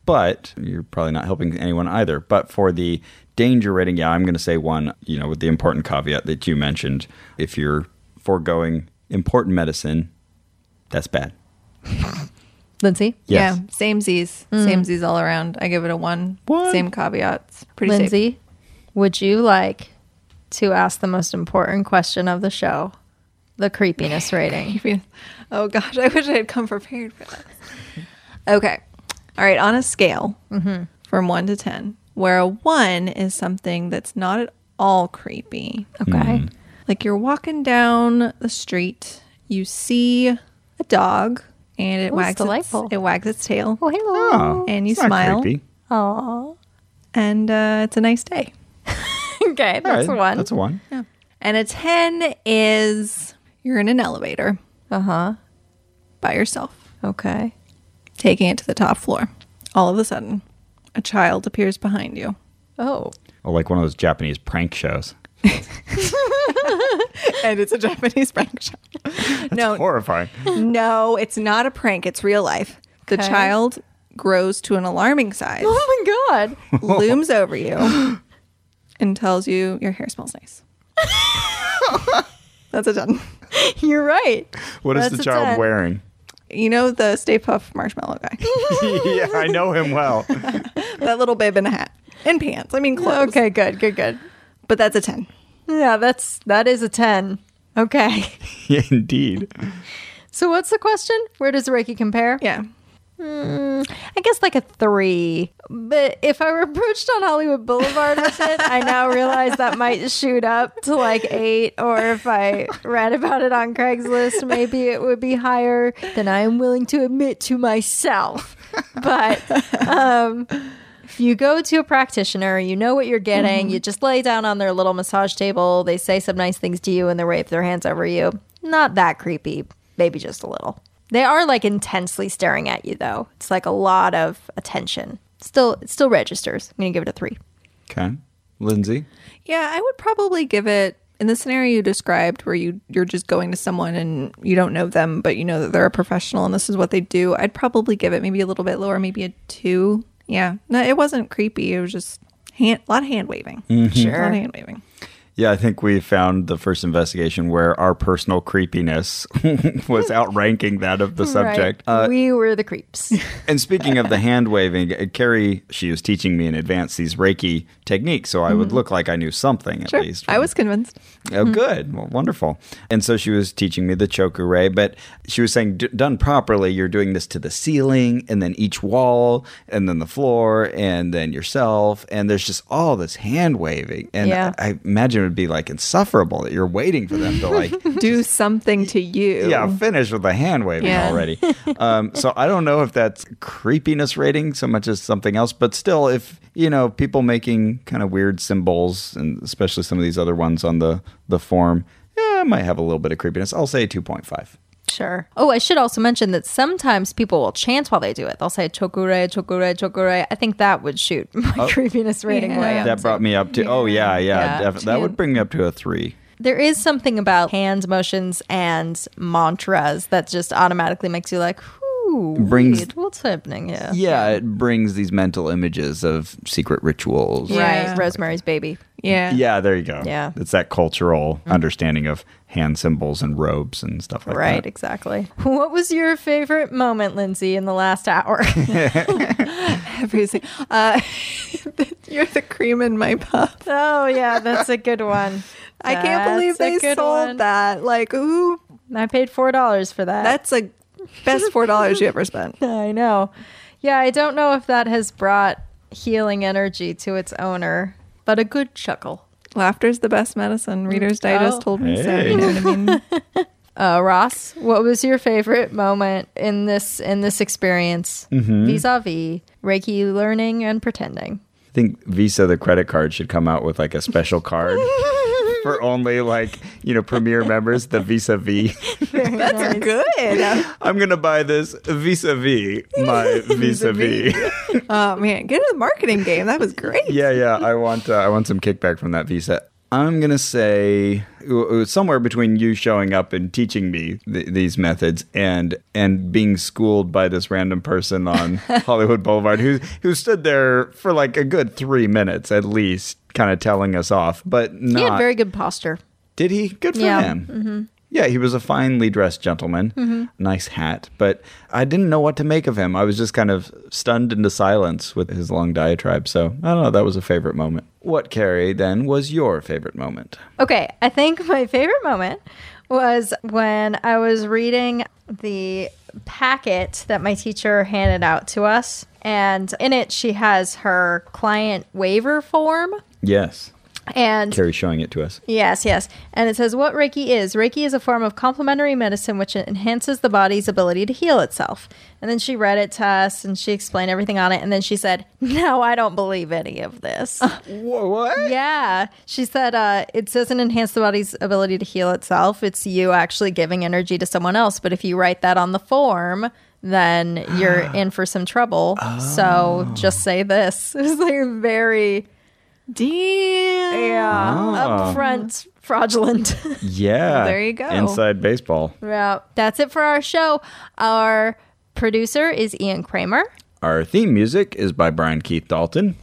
Speaker 1: But you're probably not helping anyone either. But for the danger rating, yeah, I'm going to say one, you know, with the important caveat that you mentioned. If you're foregoing important medicine, that's bad.
Speaker 2: Lindsay?
Speaker 1: Yes.
Speaker 3: Yeah, same Z's, same Z's all around. I give it a one. Same caveats. Pretty <laughs> safe.
Speaker 2: Lindsay, would you like to ask the most important question of the show? The <laughs> creepiness rating.
Speaker 3: Oh gosh, I wish I had come prepared for this. okay, all right. On a scale from one to ten, where a one is something that's not at all creepy,
Speaker 1: Hmm.
Speaker 2: Okay.
Speaker 3: like you're walking down the street, you see a dog, and it
Speaker 2: Ooh, it's
Speaker 3: wags its,
Speaker 2: delightful.
Speaker 3: it wags its tail,
Speaker 2: Oh, hello.
Speaker 3: and you
Speaker 1: It's not
Speaker 3: smile,
Speaker 1: creepy.
Speaker 2: Oh.
Speaker 3: and uh, it's a nice day.
Speaker 2: <laughs> Okay,
Speaker 1: All
Speaker 2: that's
Speaker 1: right,
Speaker 2: one.
Speaker 1: That's a one.
Speaker 3: And a 10 is you're in an elevator
Speaker 2: Uh
Speaker 3: Uh-huh.
Speaker 2: huh.
Speaker 3: by yourself,
Speaker 2: Okay.
Speaker 3: taking it to the top floor. All of a sudden, a child appears behind you.
Speaker 2: Oh.
Speaker 1: Or like one of those Japanese prank
Speaker 2: <laughs>
Speaker 1: shows.
Speaker 3: And it's a Japanese prank <laughs> show. no,
Speaker 1: Horrifying.
Speaker 3: no, it's not a prank. It's real life. The
Speaker 2: Okay.
Speaker 3: child grows to an alarming <laughs> size,
Speaker 2: <laughs> Oh my God.
Speaker 3: looms over <gasps> you, and tells you your hair smells <laughs> nice. That's a 10.
Speaker 2: You're right.
Speaker 1: What is
Speaker 2: That's
Speaker 1: the
Speaker 2: a
Speaker 1: child
Speaker 2: 10.
Speaker 1: wearing? <laughs>
Speaker 3: You know the Stay Puff marshmallow <laughs> guy?
Speaker 1: yeah, I know him
Speaker 2: <laughs>
Speaker 1: well. <laughs>
Speaker 3: that little babe in a hat and pants. I mean, clothes.
Speaker 2: Okay, good, good, good.
Speaker 3: But that's a 10.
Speaker 2: Yeah, that's that is a ten. Okay. <laughs>
Speaker 1: Yeah, Indeed.
Speaker 2: So what's the question? Where does Reiki compare?
Speaker 3: Yeah.
Speaker 2: I guess like a three. But if I were approached on Hollywood Boulevard with it, I now realize that might shoot up to like eight. Or if I read about it on Craigslist, maybe it would be higher than I am willing to admit to myself. But um, if you go to a practitioner, you know what you're getting. You just lay down on their little massage table. They say some nice things to you and they wave their hands over you. Not that creepy, maybe just a little. They are like intensely staring at you though. It's like a lot of attention. Still, it still registers. I'm gonna give it a three.
Speaker 1: Okay. Lindsay?
Speaker 3: Yeah, I would probably give it in the scenario you described where you you're just going to someone and you don't know them, but you know that they're a professional and this is what they do. I'd probably give it maybe a little bit lower, maybe a 2. Yeah. No, it wasn't creepy. It was just hand, a lot of hand waving. Sure. A lot of hand waving.
Speaker 1: Yeah, I think we found the first investigation where our personal creepiness <laughs> was outranking that of the subject.
Speaker 2: Right.
Speaker 1: Uh,
Speaker 2: we were the creeps.
Speaker 1: and speaking
Speaker 3: <laughs>
Speaker 1: of the hand waving, uh, Carrie, she was teaching me in advance these Reiki techniques, so I would look like I knew something at
Speaker 3: Mm-hmm. Sure.
Speaker 1: least.
Speaker 3: I was convinced.
Speaker 1: Oh, good. Well, wonderful. And so she was teaching me the choke array, but she was saying, D- done properly, you're doing this to the ceiling and then each wall and then the floor and then yourself. And there's just all this hand waving. And
Speaker 2: Yeah.
Speaker 1: I, I imagine it would be like insufferable that you're waiting for them to like
Speaker 3: Do something to you.
Speaker 1: yeah, finished with the hand waving
Speaker 3: Yeah.
Speaker 1: already.
Speaker 2: <laughs>
Speaker 1: Um, so I don't know if that's creepiness rating so much as something else, but still, if you know people making kind of weird symbols, and especially some of these other ones on the the form, yeah, it might have a little bit of creepiness. I'll say two point five.
Speaker 2: Sure. Oh, I should also mention that sometimes people will chant while they do it. They'll say chokure, chokure, chokure. I think that would shoot my <laughs> creepiness rating way up.
Speaker 1: That brought me up to oh yeah yeah,
Speaker 2: Yeah.
Speaker 1: def- that would bring me up to a three.
Speaker 2: There is something about hand motions and mantras that just automatically makes you like, "Ooh,
Speaker 1: Brings-
Speaker 2: wait, what's happening here?"
Speaker 1: Yeah, it brings these mental images of secret rituals.
Speaker 2: Right, Rosemary's Baby.
Speaker 3: Yeah. <laughs>
Speaker 1: Yeah, there you go.
Speaker 2: Yeah. Mm.
Speaker 1: it's that cultural understanding of hand symbols and robes and stuff like
Speaker 2: Right,
Speaker 1: that.
Speaker 2: exactly. What was your favorite moment, Lindsay, in the
Speaker 1: <laughs>
Speaker 2: last hour?
Speaker 3: Everything. Uh, <laughs> you're the cream in my puff.
Speaker 2: oh yeah, that's a good one.
Speaker 3: I can't believe
Speaker 2: That's a
Speaker 3: they
Speaker 2: good
Speaker 3: sold
Speaker 2: one.
Speaker 3: that. Like, ooh,
Speaker 2: I paid four dollars for that.
Speaker 3: that's a best four dollars you ever spent.
Speaker 2: I know. Yeah, I don't know if that has brought healing energy to its owner, but a good chuckle.
Speaker 3: Laughter's the best medicine. Reader's Digest
Speaker 2: Oh.
Speaker 3: told me so.
Speaker 1: Hey.
Speaker 3: You know what I mean?
Speaker 2: Uh, Ross, what was your favorite moment in this in this experience vis-a-vis Reiki learning and pretending? <laughs>
Speaker 1: I think Visa, the credit card, should come out with like a special card for only like you know premier members. The Visa V.
Speaker 3: That's good.
Speaker 1: I'm gonna buy this Visa V.
Speaker 2: <laughs>
Speaker 1: My Visa V.
Speaker 3: Oh man, get into the marketing game. That was
Speaker 1: <laughs>
Speaker 3: great.
Speaker 1: yeah, yeah. I want uh, I want some kickback from that Visa. I'm gonna say uh, somewhere between you showing up and teaching me th- these methods and and being schooled by this random person
Speaker 2: <laughs>
Speaker 1: on Hollywood Boulevard who who stood there for like a good three minutes at least, kind of telling us off. But not
Speaker 2: He had very good posture.
Speaker 1: did he? Good for
Speaker 2: Yeah.
Speaker 1: him. Yeah, he was a finely dressed gentleman. Nice hat. But I didn't know what to make of him. I was just kind of stunned into silence with his long diatribe. So I don't know. That was a favorite moment. What, Carrie, then, was your favorite moment?
Speaker 2: Okay, I think <laughs> my favorite moment was when I was reading the packet that my teacher handed out to us. And in it, she has her client waiver form.
Speaker 1: Yes.
Speaker 2: And
Speaker 1: Carrie showing it to us.
Speaker 2: Yes, yes. And it says what Reiki is. Reiki is a form of complementary medicine which enhances the body's ability to heal itself. And then she read it to us and she explained everything on it. And then she said, No, I don't believe any of this.
Speaker 1: What?
Speaker 2: yeah. She said, uh, It doesn't enhance the body's ability to heal itself. It's you actually giving energy to someone else. But if you write that on the form, then you're in for some trouble. So just say this. <laughs> It was like very
Speaker 3: Damn.
Speaker 2: yeah, upfront fraudulent. <laughs>
Speaker 1: Yeah.
Speaker 3: There you go.
Speaker 1: Inside baseball.
Speaker 2: Yeah, that's it for our show. Our producer is Ian Kramer,
Speaker 1: Our theme music is by Brian Keith Dalton.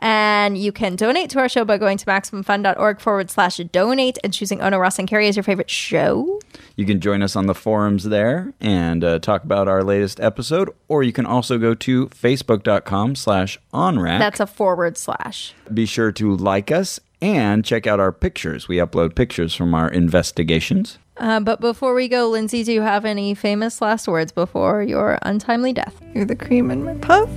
Speaker 2: and you can donate to our show by going to maximumfun.org forward slash donate and choosing Ono Ross and Carrie as your favorite show.
Speaker 1: You can join us on the forums there and uh, talk about our latest episode, or you can also go to facebook.com slash onrack.
Speaker 2: That's a forward slash.
Speaker 1: Be sure to like us and check out our pictures. We upload pictures from our investigations.
Speaker 2: Uh, but before we go, Lindsay, do you have any famous last words before your untimely death?
Speaker 3: You're the cream in my puff.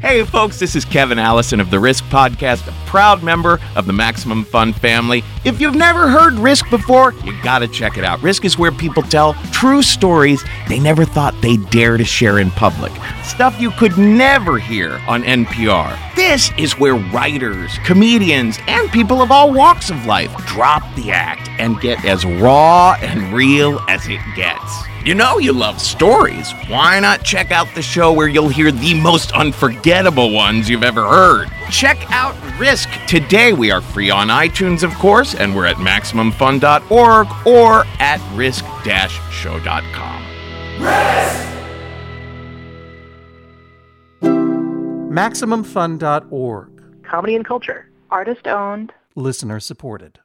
Speaker 9: Hey, folks, this is Kevin Allison of the Risk Podcast, a proud member of the Maximum Fun family. If you've never heard Risk before, you gotta check it out. Risk is where people tell true stories they never thought they'd dare to share in public, stuff you could never hear on NPR. This is where writers, comedians, and people of all walks of life drop the act and get as raw and real as it gets. You know you love stories. Why not check out the show where you'll hear the most unforgettable ones you've ever heard? Check out Risk. Today we are free on iTunes, of course, and we're at MaximumFun.org or at risk-show.com.
Speaker 10: MaximumFun.org.
Speaker 11: Comedy and culture.
Speaker 10: Listener supported.